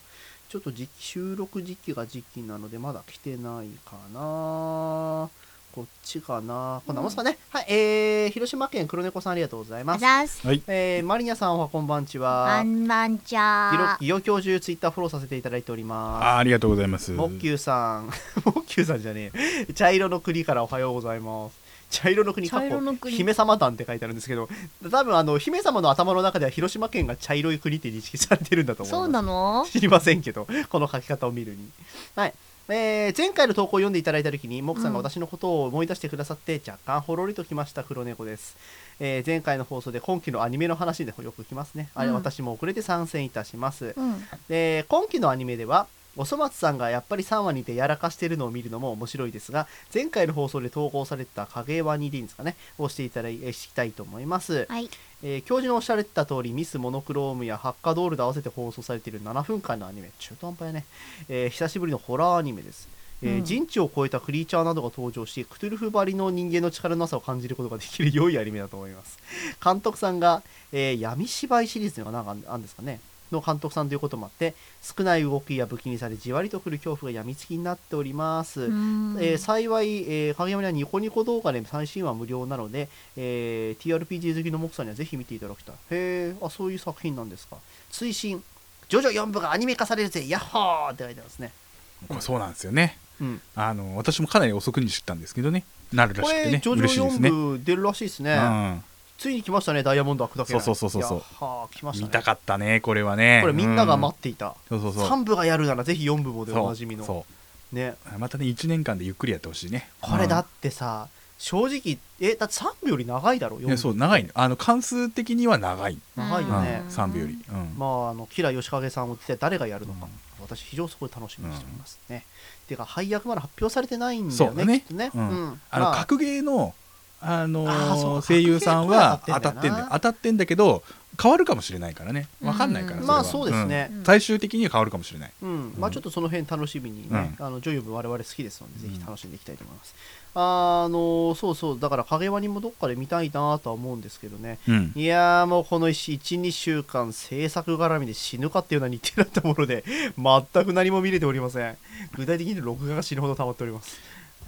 [SPEAKER 1] ちょっと時期収録時期が時期なので、まだ来てないかな。こっちかな。こんなもんすかね。はい。えー、広島県黒猫さんありがとうござい
[SPEAKER 4] あ
[SPEAKER 1] ます。
[SPEAKER 4] ざーす。
[SPEAKER 1] えー、マリニャさんおはこんばんち
[SPEAKER 4] あ
[SPEAKER 1] は。
[SPEAKER 4] んまんちゃー。
[SPEAKER 1] ギロ教授ツイッターフォローさせていただいております。
[SPEAKER 2] あーありがとうございます
[SPEAKER 1] モッキューさん、 モッキューさんじゃねえ、茶色の国からおはようございます。茶色の国かっ
[SPEAKER 3] 茶色の
[SPEAKER 1] こ
[SPEAKER 3] 国
[SPEAKER 1] 姫様団って書いてあるんですけど、多分あの姫様の頭の中では広島県が茶色い国って認識されてるんだと
[SPEAKER 3] うん。
[SPEAKER 1] 思います。
[SPEAKER 3] そうなの。
[SPEAKER 1] 知りませんけど、この書き方を見るに。はい。えー前回の投稿を読んでいただいた時に、モクさんが
[SPEAKER 3] うん
[SPEAKER 1] 私のことを思い出してくださって、若干ほろりときました黒猫です。えー前回の放送で今期のアニメの話でよく来ますね。あれ、
[SPEAKER 3] うん
[SPEAKER 1] 私も遅れて参戦いたします。
[SPEAKER 3] うん。
[SPEAKER 1] で今期のアニメではおそ松さんがやっぱり3話にてやらかしてるのを見るのも面白いですが前回の放送で投稿された影ワニでいいんですかねをしていただいえしたいと思います、
[SPEAKER 4] はい。
[SPEAKER 1] えー教授のおっしゃられてた通りミスモノクロームやハッカドールで合わせて放送されている7分間のアニメ中途半端やね、えー久しぶりのホラーアニメです、えー
[SPEAKER 3] うん
[SPEAKER 1] 人知を超えたクリーチャーなどが登場しクトゥルフばりの人間の力のなさを感じることができる良いアニメだと思います監督さんが、えー闇芝居シリーズのなんかあるんですかねの監督さんということもあって少ない動きや武器にされじわりとくる恐怖が病みつきになっております、
[SPEAKER 3] うん
[SPEAKER 1] えー幸い、えー、影山にはニコニコ動画で最新話無料なので、えー TRPG 好きのモクさんにはぜひ見ていただきたい。へえ、あ、そういう作品なんですか。追伸、ジョジョ4部がアニメ化されるぜ、ヤッホーって書いてますね。
[SPEAKER 2] これそうなんですよね
[SPEAKER 1] うん、
[SPEAKER 2] あの私もかなり遅くに知ったんですけどねなるら
[SPEAKER 1] こ
[SPEAKER 2] しくて
[SPEAKER 1] れ、
[SPEAKER 2] ね
[SPEAKER 1] ジョジ
[SPEAKER 2] 嬉しい
[SPEAKER 1] ョ
[SPEAKER 2] ですね、う
[SPEAKER 1] 4部出るらしいですね。
[SPEAKER 2] ん、
[SPEAKER 1] ついに来ましたね、ダイヤモンドアクだけ。
[SPEAKER 2] そうそうそうそうそう
[SPEAKER 1] ヤッホー来ました
[SPEAKER 2] 見
[SPEAKER 1] ね。
[SPEAKER 2] たかったねこれはね
[SPEAKER 1] これみんなが待っていた。
[SPEAKER 2] うんそうそうそう
[SPEAKER 1] 3部がやるならぜひ4部もでおなじみの。
[SPEAKER 2] そう
[SPEAKER 1] ね。
[SPEAKER 2] そうまたね1年間でゆっくりやってほしいね
[SPEAKER 1] これ
[SPEAKER 2] うん
[SPEAKER 1] だってさ、正直、え、だって3部より長いだろ、4
[SPEAKER 2] い
[SPEAKER 1] 部。
[SPEAKER 2] やそう長いのあの関数的には長い、
[SPEAKER 1] 長い
[SPEAKER 2] うん
[SPEAKER 1] よね。
[SPEAKER 2] 3秒より、うん
[SPEAKER 1] まあ、あの吉良義景さんを一体誰がやるのか、私、非常にそこで楽しみにしておりますね。てか、配役まだ発表されてないんだよ
[SPEAKER 2] そうだ
[SPEAKER 1] ね、
[SPEAKER 2] ね
[SPEAKER 1] きっとね。
[SPEAKER 2] うん
[SPEAKER 1] うん
[SPEAKER 2] あの
[SPEAKER 1] まあ
[SPEAKER 2] 格ゲーの、あのー
[SPEAKER 1] あーそうか
[SPEAKER 2] 声優さんは当
[SPEAKER 1] 格ゲ
[SPEAKER 2] た
[SPEAKER 1] ー
[SPEAKER 2] っ
[SPEAKER 1] の
[SPEAKER 2] て
[SPEAKER 1] 声
[SPEAKER 2] ん
[SPEAKER 1] は
[SPEAKER 2] だよ
[SPEAKER 1] 当
[SPEAKER 2] 当たってんだけど変わるかもしれないからね分かんないから
[SPEAKER 3] うん
[SPEAKER 2] れは
[SPEAKER 1] まあそうですね
[SPEAKER 2] うん最終的には変わるかもしれない
[SPEAKER 1] うんまあ、ちょっとその辺楽しみにね、あの女優部我々好きですので、ぜひ楽しんでいきたいと思います。あのそうそう、だから影ワニもどっかで見たいなとは思うんですけどね、
[SPEAKER 2] うん
[SPEAKER 1] いやーもうこの1、2週間制作絡みで死ぬかっていうような日程だったもので、全く何も見れておりません。具体的に録画が死ぬほど溜まっております。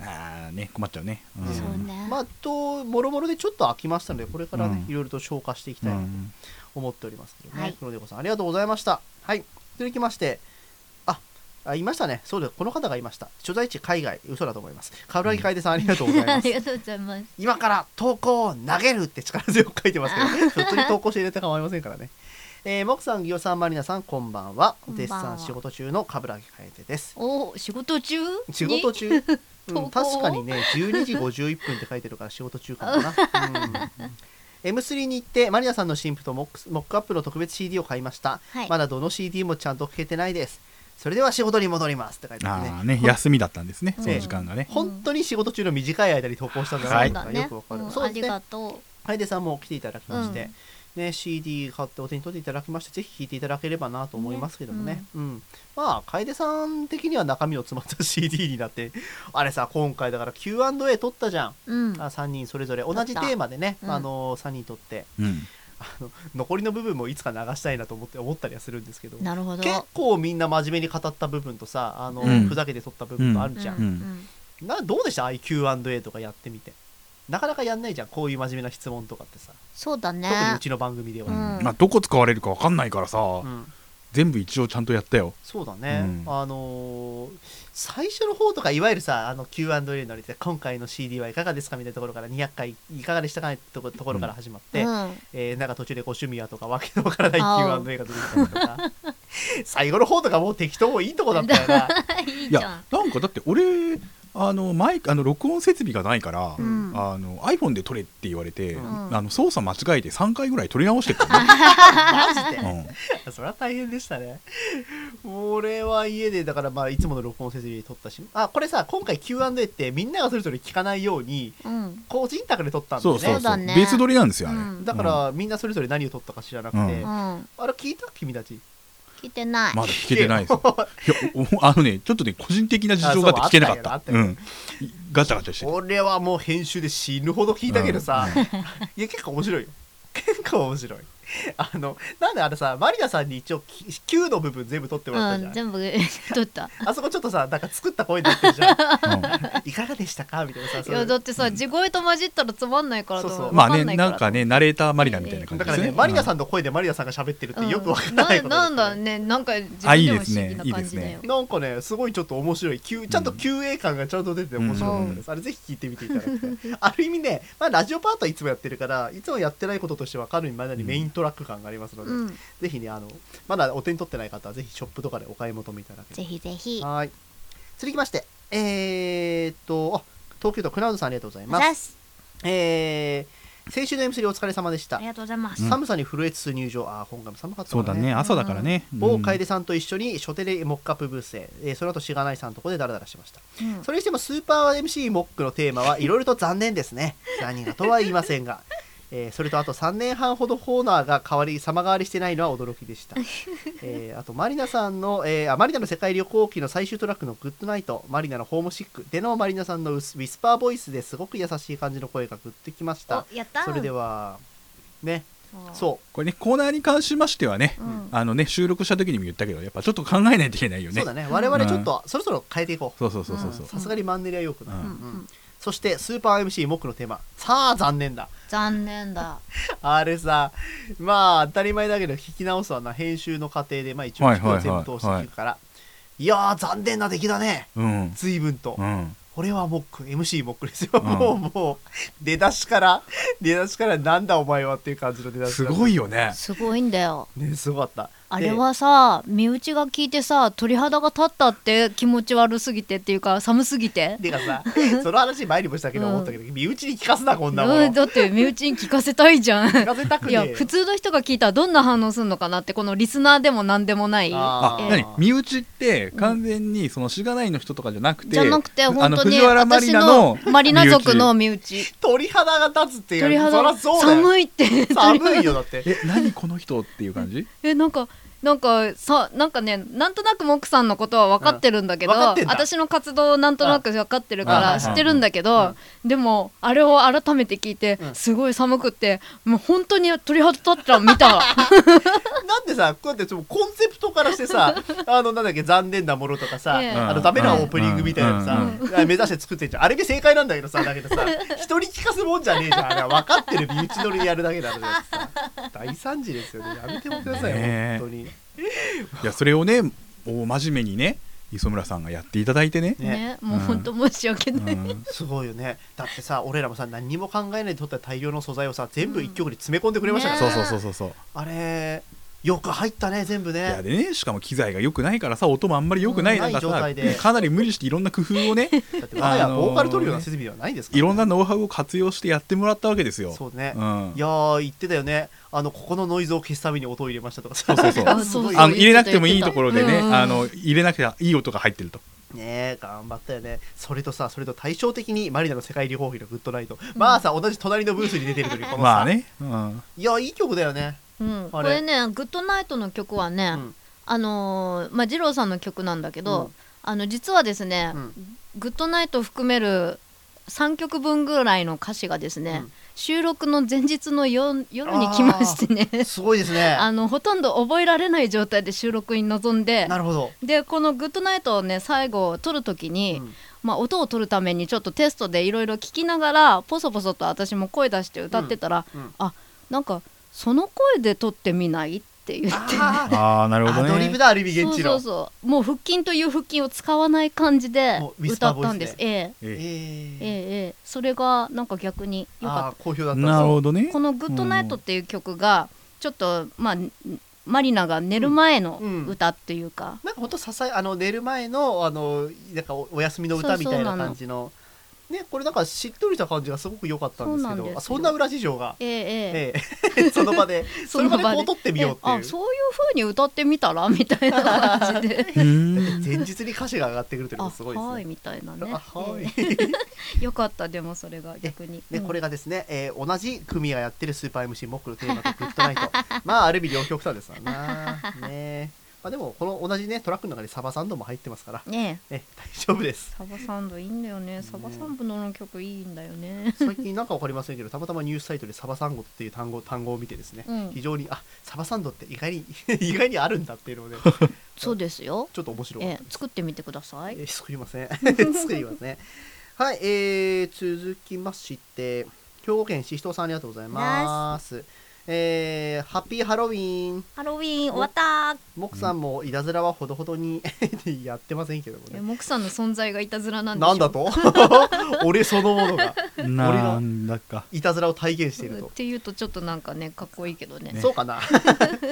[SPEAKER 2] ああね困っちゃうね、うん
[SPEAKER 4] そうね。
[SPEAKER 1] まあ、と、もろもろでちょっと飽きましたので、これからね、
[SPEAKER 2] うん
[SPEAKER 1] いろいろと消化していき
[SPEAKER 2] う
[SPEAKER 1] たいなと
[SPEAKER 2] ん
[SPEAKER 1] 思っておりますけどね。
[SPEAKER 4] はい
[SPEAKER 1] 黒猫さん、ありがとうございました。はい。続きまして、あ、あいましたね。そうです。この方がいました。所在地海外、嘘だと思います。冠城楓さん、ありがとうござい
[SPEAKER 3] あ
[SPEAKER 1] ま
[SPEAKER 3] り
[SPEAKER 1] す。
[SPEAKER 3] がとうございます。
[SPEAKER 1] 今から投稿を投げるって力強く書いてます けど、普通に投稿して入れて構いませんからね。えー、もくさん、ぎよさん、まりなさん、こんばんは。
[SPEAKER 3] こんばん
[SPEAKER 1] 絶
[SPEAKER 3] は
[SPEAKER 1] 賛仕事中の冠城楓です。
[SPEAKER 3] おー、仕事中。
[SPEAKER 1] 仕事
[SPEAKER 3] に。
[SPEAKER 1] 中、う
[SPEAKER 3] 投
[SPEAKER 1] ん、
[SPEAKER 3] 稿
[SPEAKER 1] 確かにね12時51分って書いてるから仕事中かもな、うん、M3 に行ってマリナさんの新婦とモックスモックアップの特別 CD を買いました、
[SPEAKER 4] はい
[SPEAKER 1] まだどの CD もちゃんと聞けてないですそれでは仕事に戻りますって書いてます
[SPEAKER 2] あ
[SPEAKER 1] ね
[SPEAKER 2] あね休みだったんですね
[SPEAKER 3] うん
[SPEAKER 2] その時間がね、
[SPEAKER 1] 本当に仕事中の短い間に投稿したんだなとか
[SPEAKER 3] そうだ
[SPEAKER 1] よ
[SPEAKER 3] ね
[SPEAKER 1] くわかる、
[SPEAKER 3] うん
[SPEAKER 1] そう
[SPEAKER 3] あ
[SPEAKER 1] で
[SPEAKER 3] り
[SPEAKER 1] す
[SPEAKER 3] が
[SPEAKER 1] ね
[SPEAKER 3] と
[SPEAKER 1] 楓さんも来ていただきまして、
[SPEAKER 3] うん
[SPEAKER 1] ね、CD 買ってお手に取っていただきましてぜひ聴いていただければなと思いますけどもねうんまあ楓さん的には中身の詰まった CD になってあれさ今回だから Q&A 取ったじゃん、
[SPEAKER 3] うん
[SPEAKER 1] あ3人それぞれ同じテーマでね、あの3人取って
[SPEAKER 2] うん
[SPEAKER 1] あの残りの部分もいつか流したいなと思って思ったりはするんですけど
[SPEAKER 3] なるほど
[SPEAKER 1] 結構みんな真面目に語った部分とさあの、
[SPEAKER 2] うん
[SPEAKER 1] ふざけて取った部分とあるじゃん、
[SPEAKER 3] うん
[SPEAKER 1] などうでした IQ&A とかやってみてなかなかやんないじゃんこういう真面目な質問とかってさ
[SPEAKER 3] そうだね
[SPEAKER 1] 特にうちの番組では、うん
[SPEAKER 2] まあどこ使われるかわかんないからさ、全部一応ちゃんとやったよ
[SPEAKER 1] そうだね、
[SPEAKER 2] うん
[SPEAKER 1] あのー最初の方とかいわゆるさあの Q&A のりて今回の CD はいかがですかみたいなところから200回いかがでしたかねとこところから始まって、
[SPEAKER 3] うん
[SPEAKER 1] えーなんか途中でご趣味はとかわけのわからない Q&A が出てきたりとか 最後の方とかもう適当いいとこだったよな
[SPEAKER 3] いい
[SPEAKER 2] い
[SPEAKER 3] じゃ
[SPEAKER 2] や
[SPEAKER 3] ん
[SPEAKER 2] なんかだって俺あのマイクあの録音設備がないから、
[SPEAKER 3] うん
[SPEAKER 2] あの iPhone で撮れって言われて、
[SPEAKER 1] うん
[SPEAKER 2] あの操作間違えて3回ぐらい撮り直してったの、
[SPEAKER 1] マジで
[SPEAKER 2] う ん
[SPEAKER 1] それは大変でしたね。俺は家で、だからまあ、いつもの録音設備で撮ったし、あ、これさ、今回 Q&A ってみんながそれぞれ聞かないように、
[SPEAKER 3] うん
[SPEAKER 1] 個人宅で撮ったんだ
[SPEAKER 2] そ
[SPEAKER 1] よ
[SPEAKER 2] う
[SPEAKER 1] ね。
[SPEAKER 2] そう
[SPEAKER 3] そ
[SPEAKER 2] そ
[SPEAKER 3] う
[SPEAKER 2] う、
[SPEAKER 3] だね
[SPEAKER 2] 別撮りなんですよあれ、
[SPEAKER 3] うん
[SPEAKER 1] だから、みんなそれぞれ何を撮ったか知らなくて、
[SPEAKER 2] うん
[SPEAKER 3] うん
[SPEAKER 1] あれ聞いた君たち。
[SPEAKER 3] 聞いてない
[SPEAKER 2] まだ聞け てないですよ
[SPEAKER 1] 聞けよ
[SPEAKER 2] いやおあのねちょっとね個人的な事情があって聞けなかった
[SPEAKER 1] あそうあったよ
[SPEAKER 2] うん、ガチャガチャしてて
[SPEAKER 1] 俺はもう編集で死ぬほど聞いたけどさ、 いや、結構面白いよ。結構面白い。あの、なんであれさ、マリナさんに一応き9の部分全部撮ってもらったじ
[SPEAKER 3] う
[SPEAKER 1] ゃ
[SPEAKER 3] ん
[SPEAKER 1] ん。
[SPEAKER 3] 全部 取った
[SPEAKER 1] あそこちょっとさ、なんか作った声になってるじゃん。
[SPEAKER 2] うん
[SPEAKER 1] いかがでしたかみたいなさ、
[SPEAKER 3] い
[SPEAKER 1] そういう
[SPEAKER 3] やだってさ地声と混じったらつまんないからと思
[SPEAKER 1] そうそう
[SPEAKER 2] ま
[SPEAKER 3] わ
[SPEAKER 2] あね
[SPEAKER 3] い
[SPEAKER 2] なんかねナレーターマリナみたいな感じ
[SPEAKER 1] だ
[SPEAKER 2] で
[SPEAKER 1] か
[SPEAKER 2] す
[SPEAKER 1] ら
[SPEAKER 2] ね、
[SPEAKER 1] ね、マリナさんの声でマリナさんが喋ってるってよくわからないこと
[SPEAKER 3] な
[SPEAKER 1] だ
[SPEAKER 3] なんだろうねなんか自
[SPEAKER 2] あい
[SPEAKER 3] 分
[SPEAKER 2] い
[SPEAKER 3] でも
[SPEAKER 2] で
[SPEAKER 3] 不
[SPEAKER 2] すね
[SPEAKER 3] 思議な感じだよ
[SPEAKER 1] なんかね、すごいちょっと面白い、Q- ちゃんと QA 感がちゃんと出てて面白かったです。あれぜひ聞いてみていただきたい。 ある意味ね、まあ、ラジオパートはいつもやってるから、いつもやってないこととしてはかなりまだにメイントラック感がありますので、
[SPEAKER 3] うん
[SPEAKER 1] ぜひね、あの、まだお手に取ってない方はぜひショップとかでお買い求めいただけ
[SPEAKER 4] ぜ
[SPEAKER 1] れ
[SPEAKER 4] ひぜひ
[SPEAKER 1] ば。はーい。続きまして、えー、っと、あ東京都クラウドさんありがとうございます。
[SPEAKER 4] ざっす
[SPEAKER 1] えー、先週の M3 お疲れ様でした
[SPEAKER 4] あり。がとうございます
[SPEAKER 1] 寒さに震えつつ入場。あー、今回も寒かったか
[SPEAKER 2] そうだね朝だからね、うん
[SPEAKER 1] 某楓さんと一緒に初手でモックアップブースへ、えーその後しがないさんのとこでダラダラしました、それにしてもスーパー MC モックのテーマはいろいろと残念です ね何がとは言いませんがえーそれとあと3年半ほどコーナーが変わり様変わりしてないのは驚きで した、えーあとマリナさんの、えーあマリナの世界旅行記の最終トラックの「グッドナイト」マリナのホームシックでのマリナさんのウスウィスパーボイスですごく優しい感じの声がグッときました
[SPEAKER 3] おやった
[SPEAKER 1] それではねそう
[SPEAKER 2] これねコーナーに関しましてはね、
[SPEAKER 3] ん
[SPEAKER 2] あのね収録した時にも言ったけどやっぱちょっと考えないといけないよ
[SPEAKER 1] そ
[SPEAKER 2] ね
[SPEAKER 1] うだね我々ちょっとそろそろ変えていこう
[SPEAKER 2] そうそうそうそうそう
[SPEAKER 1] さすがにマンネリは良くない、
[SPEAKER 2] うん
[SPEAKER 1] うんそしてスーパー MC モックのテーマさあ残念だ
[SPEAKER 3] 残念だ
[SPEAKER 1] あれさまあ当たり前だけど聞き直すわな編集の過程でまあ一応
[SPEAKER 2] は
[SPEAKER 1] 聞
[SPEAKER 2] い
[SPEAKER 1] く
[SPEAKER 2] はいはい
[SPEAKER 1] を全部通して聞くから、いやー残念な出来だね
[SPEAKER 2] うん、
[SPEAKER 1] 随分と、
[SPEAKER 2] うん、
[SPEAKER 1] 俺はモック MC モックですよ、
[SPEAKER 2] ん
[SPEAKER 1] もうもう出だしから出だしからなんだお前はっていう感じの出だし
[SPEAKER 2] す
[SPEAKER 1] だ
[SPEAKER 2] ごいよね
[SPEAKER 3] すごいんだよ
[SPEAKER 1] ねすごかった
[SPEAKER 3] あれはさ身内が聞いてさ鳥肌が立ったって気持ち悪すぎてっていうか寒すぎて
[SPEAKER 1] でてかさ その話前にもしたけど思ったけど、身内に聞かすなこんなもの
[SPEAKER 3] うん
[SPEAKER 1] 聞
[SPEAKER 3] だって身内に聞かせたいじゃん
[SPEAKER 1] かせたくね
[SPEAKER 3] いや普通の人が聞いたらどんな反応するのかなってこのリスナーでも何でもない
[SPEAKER 2] あ、
[SPEAKER 1] ー
[SPEAKER 2] 何身内って完全にそのしがないの人とかじゃなくて、
[SPEAKER 3] じゃなくて
[SPEAKER 2] あ
[SPEAKER 3] 本
[SPEAKER 2] の
[SPEAKER 3] 当に
[SPEAKER 2] 藤原マリ
[SPEAKER 3] 私
[SPEAKER 2] ナの
[SPEAKER 3] のマリナ族の身内
[SPEAKER 1] 鳥肌が立つっていう
[SPEAKER 3] 鳥
[SPEAKER 1] そ
[SPEAKER 3] 肌
[SPEAKER 1] ら
[SPEAKER 3] が
[SPEAKER 1] そうだよ
[SPEAKER 3] 寒いって
[SPEAKER 1] 寒いよだって
[SPEAKER 2] 身内え何この人っていう感じ
[SPEAKER 3] えなんかなんかさなんかねなんとなくモクさんのことは分かってるんだけど、
[SPEAKER 1] うん分かってんだ
[SPEAKER 3] 私の活動をなんとなく分かってるか
[SPEAKER 1] うん
[SPEAKER 3] ら知ってるんだけど、
[SPEAKER 1] うん
[SPEAKER 3] でもあれを改めて聞いて、
[SPEAKER 1] うん
[SPEAKER 3] すごい寒くってもう本当に鳥肌立った見た
[SPEAKER 1] なんでさこうやってそのコンセプトからしてさあのなんだっけ残念なものとかさ、
[SPEAKER 3] ええ
[SPEAKER 1] あのダメなオープニングみたいなのさ、目指して作ってんじゃんあれで正解なんだけどさだけどさ一人聞かすもんじゃねえじゃんあれは分かってる身内乗りでやるだけなのでさ大惨事ですよねやめてもください、
[SPEAKER 2] ねえ
[SPEAKER 1] 本当にね
[SPEAKER 2] いやそれをねお真面目にね磯村さんがやっていただい てね、
[SPEAKER 3] ねもう本当申し訳
[SPEAKER 2] う
[SPEAKER 3] ない、
[SPEAKER 2] ん、
[SPEAKER 1] すごいよねだってさ俺らもさ何にも考えないで撮った大量の素材をさ全部一曲に詰め込んでくれましたから、
[SPEAKER 2] そうそうそうそうそう
[SPEAKER 1] あれよく入ったね全部
[SPEAKER 2] いや
[SPEAKER 1] ね
[SPEAKER 2] でねしかも機材が良くないからさ音もあんまり良くない
[SPEAKER 1] うん
[SPEAKER 2] 中
[SPEAKER 1] ない状
[SPEAKER 2] さ
[SPEAKER 1] 態で
[SPEAKER 2] かなり無理していろんな工夫をね
[SPEAKER 1] だって我が家は
[SPEAKER 2] あのー
[SPEAKER 1] ボーカルトリオの設備ではないですから、
[SPEAKER 2] いろんなノウハウを活用してやってもらったわけですよ。
[SPEAKER 1] そうね、
[SPEAKER 2] うん
[SPEAKER 1] いやー言ってたよねあのここのノイズを消すために音を入れましたとかさ
[SPEAKER 2] そうそうそう
[SPEAKER 3] あそうそう
[SPEAKER 2] あの
[SPEAKER 3] 言ってた
[SPEAKER 2] 入れなくてもいいところでね、
[SPEAKER 3] 言ってた
[SPEAKER 2] あの入れなくていい音が入ってると、
[SPEAKER 1] ねえ頑張ったよねそれとさそれと対照的にマリナの世界旅行費のグッドナイト、まあさ同じ隣のブースに出てるのにこのさ、
[SPEAKER 2] まあね、うん、
[SPEAKER 1] いやいい曲だよね
[SPEAKER 3] うん、
[SPEAKER 1] あ
[SPEAKER 3] こ
[SPEAKER 1] れ
[SPEAKER 3] れね「グッドナイト」の曲はね、
[SPEAKER 1] うん
[SPEAKER 3] あのーまあ二郎さんの曲なんだけど、
[SPEAKER 1] うん
[SPEAKER 3] あの実はですね「
[SPEAKER 1] うん
[SPEAKER 3] グッドナイト」含める3曲分ぐらいの歌詞がですね、
[SPEAKER 1] うん
[SPEAKER 3] 収録の前日の夜夜に来ましてね
[SPEAKER 1] すごいですね
[SPEAKER 3] あのほとんど覚えられない状態で収録に臨んで
[SPEAKER 1] なるほど、
[SPEAKER 3] でこの「グッドナイト」をね最後撮る時に、
[SPEAKER 1] うん
[SPEAKER 3] まあ、音を取るためにちょっとテストでいろいろ聞きながらポソポソと私も声出して歌ってたら、
[SPEAKER 1] うんうん
[SPEAKER 3] あなんかその声で撮ってみないっていう
[SPEAKER 1] あー
[SPEAKER 2] ああなるほ
[SPEAKER 1] ア
[SPEAKER 2] ど
[SPEAKER 1] ドリブ
[SPEAKER 2] ね
[SPEAKER 1] だアルビ現地
[SPEAKER 3] そ
[SPEAKER 1] の
[SPEAKER 3] うそうそうもう腹筋という腹筋を使わない感じで
[SPEAKER 1] もうウィス
[SPEAKER 3] 歌
[SPEAKER 1] パー
[SPEAKER 3] ったんです、ええ
[SPEAKER 1] え
[SPEAKER 2] え
[SPEAKER 1] ー
[SPEAKER 3] ええええそれがなんか逆に良
[SPEAKER 1] あ
[SPEAKER 3] か
[SPEAKER 1] あ好評だ
[SPEAKER 2] え
[SPEAKER 1] ったんだ
[SPEAKER 2] なるほど
[SPEAKER 3] った
[SPEAKER 2] ね
[SPEAKER 3] この「グッドナイト」っていう曲がちょっとまあマリナが寝る前の
[SPEAKER 1] うん
[SPEAKER 3] 歌っていうか、
[SPEAKER 1] なんかほんと支えあの寝る前のあのなんかおお休みの歌みたいな感じのねこれなんかしっとりした感じがすごく良かったんですけ
[SPEAKER 3] そうなん
[SPEAKER 1] ど
[SPEAKER 3] ですよ
[SPEAKER 1] あそんな裏事情が、
[SPEAKER 3] ええええ
[SPEAKER 1] ええ その場でそれまでこう撮ってみようって
[SPEAKER 3] ええあ
[SPEAKER 1] いう
[SPEAKER 3] そういう風に歌ってみたらみたいな 感じで
[SPEAKER 2] うん
[SPEAKER 1] 前日に歌詞が上がってくるというの
[SPEAKER 3] あ
[SPEAKER 1] がすごいです
[SPEAKER 3] はい
[SPEAKER 1] ね。
[SPEAKER 3] みたいな
[SPEAKER 1] あ
[SPEAKER 3] ね
[SPEAKER 1] はい
[SPEAKER 3] よかったでもそれが逆に
[SPEAKER 1] で
[SPEAKER 3] うん
[SPEAKER 1] これがですね、えー同じ組がやってるスーパー MC モックのテーマとグッドナ イトまあある意味両極端ですわなねまあでもこの同じねトラックの中にサバサンドも入ってますから、
[SPEAKER 3] ねえ
[SPEAKER 1] ね、大丈夫です
[SPEAKER 3] サバサンドいいんだよねサバサンドの曲いいんだよ ね
[SPEAKER 1] 最近なんかわかりませんけどたまたまニュースサイトでサバサンゴっていう単語単語を見てですね、
[SPEAKER 3] うん
[SPEAKER 1] 非常にあサバサンドって意外に 意外にあるんだっていう ので
[SPEAKER 3] そうですよ
[SPEAKER 1] ちょっと面白い、
[SPEAKER 3] ええ作ってみてください
[SPEAKER 1] え作りません 作りませんはい、えー、続きまして兵庫県しひとさんありがとうございますえー、ハッピーハロウィーン
[SPEAKER 4] ハロウィーン終わった
[SPEAKER 1] モクさんもいたずらはほどほどに やってませんけども
[SPEAKER 3] え
[SPEAKER 1] ね
[SPEAKER 3] モクさんの存在がいたずらなんでしょ
[SPEAKER 1] なんだと 俺そのものが
[SPEAKER 2] なんだか
[SPEAKER 1] いたずらを体現している
[SPEAKER 3] っ
[SPEAKER 1] と
[SPEAKER 3] ていうとちょっとなんかねかっこいいけどね
[SPEAKER 1] そうかな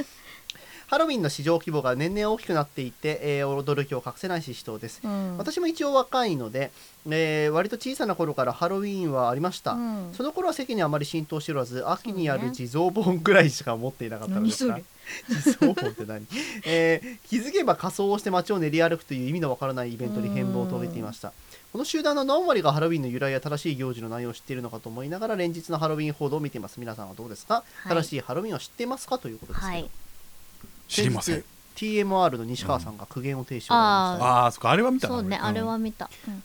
[SPEAKER 1] ハロウィンの市場規模が年々大きくなっていて、えー驚きを隠せないし人です、
[SPEAKER 3] うん
[SPEAKER 1] 私も一応若いので、えー割と小さな頃からハロウィーンはありました、
[SPEAKER 3] うん
[SPEAKER 1] その頃は席にあまり浸透しておらず秋にある地蔵本ぐらいしか持っていなかったのですが
[SPEAKER 3] 何
[SPEAKER 1] 地蔵本って何、えー気づけば仮装をして街を練り歩くという意味のわからないイベントに変貌を遂げていましたこの集団の何割がハロウィンの由来や正しい行事の内容を知っているのかと思いながら連日のハロウィン報道を見ています皆さんはどうですか、
[SPEAKER 4] はい
[SPEAKER 1] 正しいハロウィンを知っていますかということですけど、
[SPEAKER 4] はい
[SPEAKER 2] 知りません
[SPEAKER 1] TMR の西川さんが苦言を呈しを
[SPEAKER 3] う
[SPEAKER 1] まし
[SPEAKER 3] ん
[SPEAKER 1] たね
[SPEAKER 2] ああそっかあれは見たな
[SPEAKER 3] そうね
[SPEAKER 2] 俺
[SPEAKER 3] あれは見たうん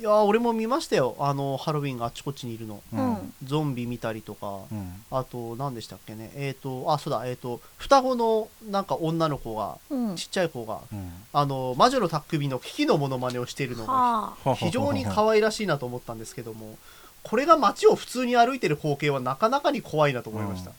[SPEAKER 1] いやー俺も見ましたよあのハロウィンがあちこちにいるの
[SPEAKER 2] うんうん
[SPEAKER 1] ゾンビ見たりとか
[SPEAKER 2] うん
[SPEAKER 1] あと何でしたっけねえっ、とあそうだえっ、と双子のなんか女の子が
[SPEAKER 3] うん
[SPEAKER 1] ちっちゃい子が
[SPEAKER 2] うん
[SPEAKER 1] あの魔女の宅首のキキのモノマネをしているのが
[SPEAKER 4] は
[SPEAKER 1] 非常に可愛らしいなと思ったんですけどもこれが街を普通に歩いてる光景はなかなかに怖いなと思いました、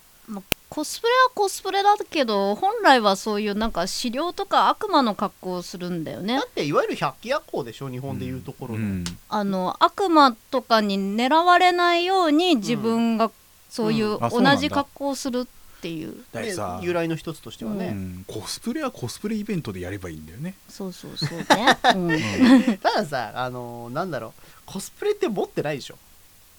[SPEAKER 3] コスプレはコスプレだけど本来はそういうなんか狩猟とか悪魔の格好をするんだよね
[SPEAKER 1] だっていわゆる百鬼夜行でしょ日本でいうところの、
[SPEAKER 2] うん
[SPEAKER 3] あの悪魔とかに狙われないように自分がそういう
[SPEAKER 2] うんあそ
[SPEAKER 3] 同
[SPEAKER 2] うなんだ
[SPEAKER 3] じ格好をするっていう
[SPEAKER 2] だっ
[SPEAKER 1] で
[SPEAKER 2] てさ
[SPEAKER 1] 由来の一つとしては
[SPEAKER 2] う
[SPEAKER 1] ね、
[SPEAKER 2] んコスプレはコスプレイベントでやればいいんだよね
[SPEAKER 3] そうそうそうね、うん
[SPEAKER 1] たださあのなんだろうコスプレって持ってないでしょ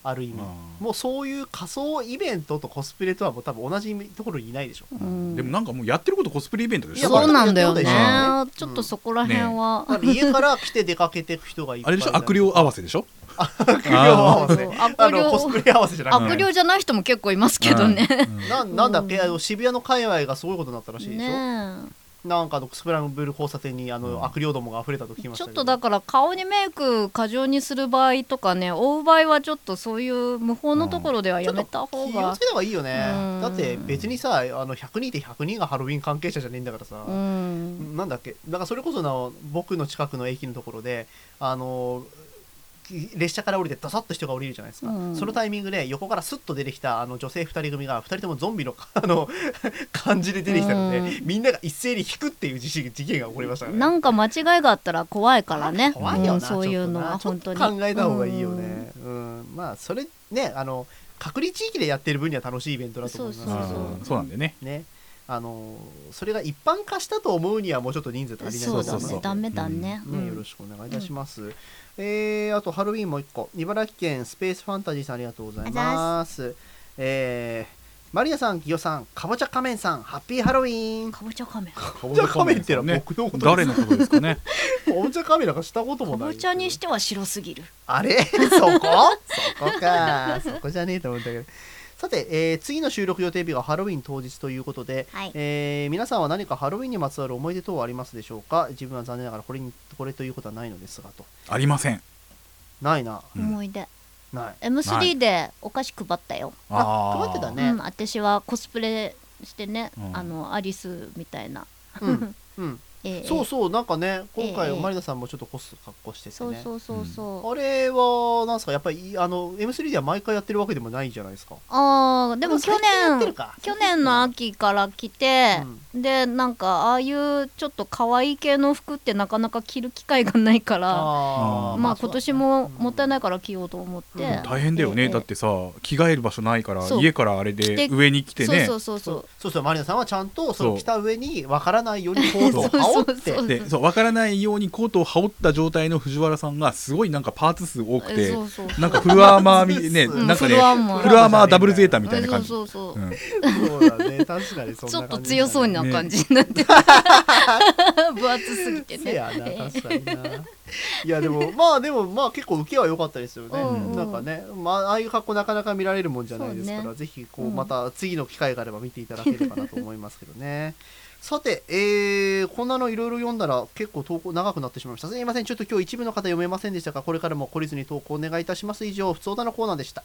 [SPEAKER 1] ある意味、
[SPEAKER 2] う
[SPEAKER 1] もうそういう仮想イベントとコスプレとはもう多分同じところにいないでしょ
[SPEAKER 3] うん
[SPEAKER 2] んでもなんかもうやってることコスプレイベントで
[SPEAKER 1] い
[SPEAKER 2] し
[SPEAKER 1] や
[SPEAKER 2] ょ
[SPEAKER 3] そうなんだよね
[SPEAKER 1] そうだよね
[SPEAKER 3] ちょっとそこら辺は、
[SPEAKER 1] だから家から来て出かけていく人がいっ
[SPEAKER 2] あ
[SPEAKER 1] ぱい
[SPEAKER 2] れでしょ悪霊合わせでしょ
[SPEAKER 1] 悪霊合わせ
[SPEAKER 3] そう
[SPEAKER 1] あ
[SPEAKER 3] 悪霊
[SPEAKER 1] のコスプレ合わせじゃなくて
[SPEAKER 3] 悪霊じゃない人も結構いますけどね、
[SPEAKER 1] ななんだっけ、あの渋谷の界隈がすごいことになったらしいでしょ、
[SPEAKER 3] ね
[SPEAKER 1] なんかあのスクランブル交差点にあの、
[SPEAKER 2] うん
[SPEAKER 1] 悪霊どもが溢れたと聞き
[SPEAKER 3] え
[SPEAKER 1] ました
[SPEAKER 3] ちょっ
[SPEAKER 1] けど
[SPEAKER 3] とだから顔にメイク過剰にする場合とかね追う場合はちょっとそういう無法のところではやめた方
[SPEAKER 1] 気を
[SPEAKER 3] が
[SPEAKER 1] つけた方がいいよね、
[SPEAKER 3] うん
[SPEAKER 1] だって別にさあの100人で100人がハロウィン関係者じゃねえんだからさ、
[SPEAKER 3] うん
[SPEAKER 1] なんだっけだからそれこそな僕の近くの駅のところであのき列車から降りてダサッと人が降りるじゃないですか、
[SPEAKER 3] うん
[SPEAKER 1] そのタイミングで横からスッと出てきたあの女性2人組が2人ともゾンビのあの 感じで出てきたので、
[SPEAKER 3] うん
[SPEAKER 1] みんなが一斉に引くっていう事事件が起こりましたからね。
[SPEAKER 3] なんか間違いがあったら怖いからね。
[SPEAKER 1] 怖いよな、
[SPEAKER 3] うん
[SPEAKER 1] ちょっとな
[SPEAKER 3] そういうのは本当に
[SPEAKER 1] ちょっと考えた方がいいよね。うん、まあそれねあの隔離地域でやってる分には楽しいイベントだと思いますけど
[SPEAKER 3] そうそう
[SPEAKER 2] あーそうなんだよね
[SPEAKER 1] ね。あのそれが一般化したと思うにはもうちょっと人数足り
[SPEAKER 3] うん。
[SPEAKER 1] ない
[SPEAKER 3] そうだ
[SPEAKER 2] そうそうそ
[SPEAKER 3] ね
[SPEAKER 2] う。
[SPEAKER 3] ダメだね。う
[SPEAKER 1] ね、よろ
[SPEAKER 3] ん
[SPEAKER 1] しくお願いいたします。えーあとハロウィンもう一個、茨城県スペースファンタジーさんありがとうございます。えーマリアさん、ギヨさん、かぼちゃ仮面さん、ハッピーハロウィーン。か
[SPEAKER 3] かぼちゃ仮面か
[SPEAKER 1] ぼちゃ仮面ってのは
[SPEAKER 2] ね
[SPEAKER 1] 僕のこと
[SPEAKER 2] 誰のことですかね
[SPEAKER 1] ですかぼちゃ仮面なんかしたこともない。
[SPEAKER 3] ぼちゃにしては白すぎる
[SPEAKER 1] あれ そこそこか。そこじゃねえと思うんだけど。さて、えー次の収録予定日がハロウィン当日ということで、
[SPEAKER 4] はい
[SPEAKER 1] えー皆さんは何かハロウィンにまつわる思い出等はありますでしょうか自分は残念ながらこれにこれということはないのですがと。
[SPEAKER 2] ありません
[SPEAKER 1] ないな、
[SPEAKER 2] うん
[SPEAKER 3] 思い出
[SPEAKER 1] ない。
[SPEAKER 3] M3 でお菓子配ったよ、
[SPEAKER 1] あ、配ってた
[SPEAKER 3] う
[SPEAKER 1] ね
[SPEAKER 3] ん、。私はコスプレしてね、
[SPEAKER 2] うん
[SPEAKER 3] あのアリスみたいな、
[SPEAKER 1] うん。うん、
[SPEAKER 3] ええ
[SPEAKER 1] そうそう、なんかね、今回
[SPEAKER 3] ええ
[SPEAKER 1] マリナさんもちょっとコス格好してて
[SPEAKER 3] そう
[SPEAKER 1] ね。
[SPEAKER 3] そうそうそう
[SPEAKER 1] あれは、なんですか、やっぱり、あの、M3 では毎回やってるわけでもないじゃないですか。
[SPEAKER 3] あーでも去
[SPEAKER 1] 最近やってる
[SPEAKER 3] 年
[SPEAKER 1] か
[SPEAKER 3] 去年の秋から来て、でなんかああいうちょっと可愛い系の服ってなかなか着る機会がないから
[SPEAKER 1] あー
[SPEAKER 3] まあ今年ももったいないいから着ようと思って、
[SPEAKER 1] うん
[SPEAKER 2] 大変だよね、
[SPEAKER 3] ええ
[SPEAKER 2] だってさ着替える場所ないから
[SPEAKER 3] そう
[SPEAKER 2] 家からあれで
[SPEAKER 3] 着て
[SPEAKER 2] 上に来てね
[SPEAKER 3] そうそうそう
[SPEAKER 1] そうそう、マリナさんはちゃんと、そ
[SPEAKER 2] そ
[SPEAKER 1] の
[SPEAKER 2] う
[SPEAKER 1] 来た上に、わからないようにコートを
[SPEAKER 3] そ
[SPEAKER 1] 羽織
[SPEAKER 3] うそ
[SPEAKER 1] っ
[SPEAKER 3] う
[SPEAKER 1] て
[SPEAKER 3] そ。う
[SPEAKER 2] でそう分からないようにコートを羽織った状態の藤原さんがすごいなんかパーツ数多
[SPEAKER 3] そ
[SPEAKER 2] く
[SPEAKER 3] う
[SPEAKER 2] て
[SPEAKER 3] そう そう
[SPEAKER 2] なんかフルアーマーみね
[SPEAKER 1] うん
[SPEAKER 2] なんか
[SPEAKER 3] フ
[SPEAKER 2] ね
[SPEAKER 3] ルアーマー
[SPEAKER 2] フルアーマーダブルゼータみたいな感じ
[SPEAKER 3] そうそうそう、
[SPEAKER 2] うん
[SPEAKER 1] そうだね、確かにそんな感じ
[SPEAKER 3] ちょっと強そうな感じになって、 分厚すぎて
[SPEAKER 1] せ
[SPEAKER 3] ね
[SPEAKER 1] やな確かにないやでもまあでもまあ結構受けは良かったですよね、
[SPEAKER 3] うんうん
[SPEAKER 1] なんかね、まあ、ああいう格好なかなか見られるもんじゃないですから、
[SPEAKER 3] そう
[SPEAKER 1] ぜひこ
[SPEAKER 3] う
[SPEAKER 1] うんまた次の機会があれば見ていただければなと思いますけど ねさて、えー、こんなのいろいろ読んだら結構投稿長くなってしまいましたすいませんちょっと今日一部の方読めませんでしたがこれからも懲りずに投稿お願いいたします以上普通オタのコーナーでした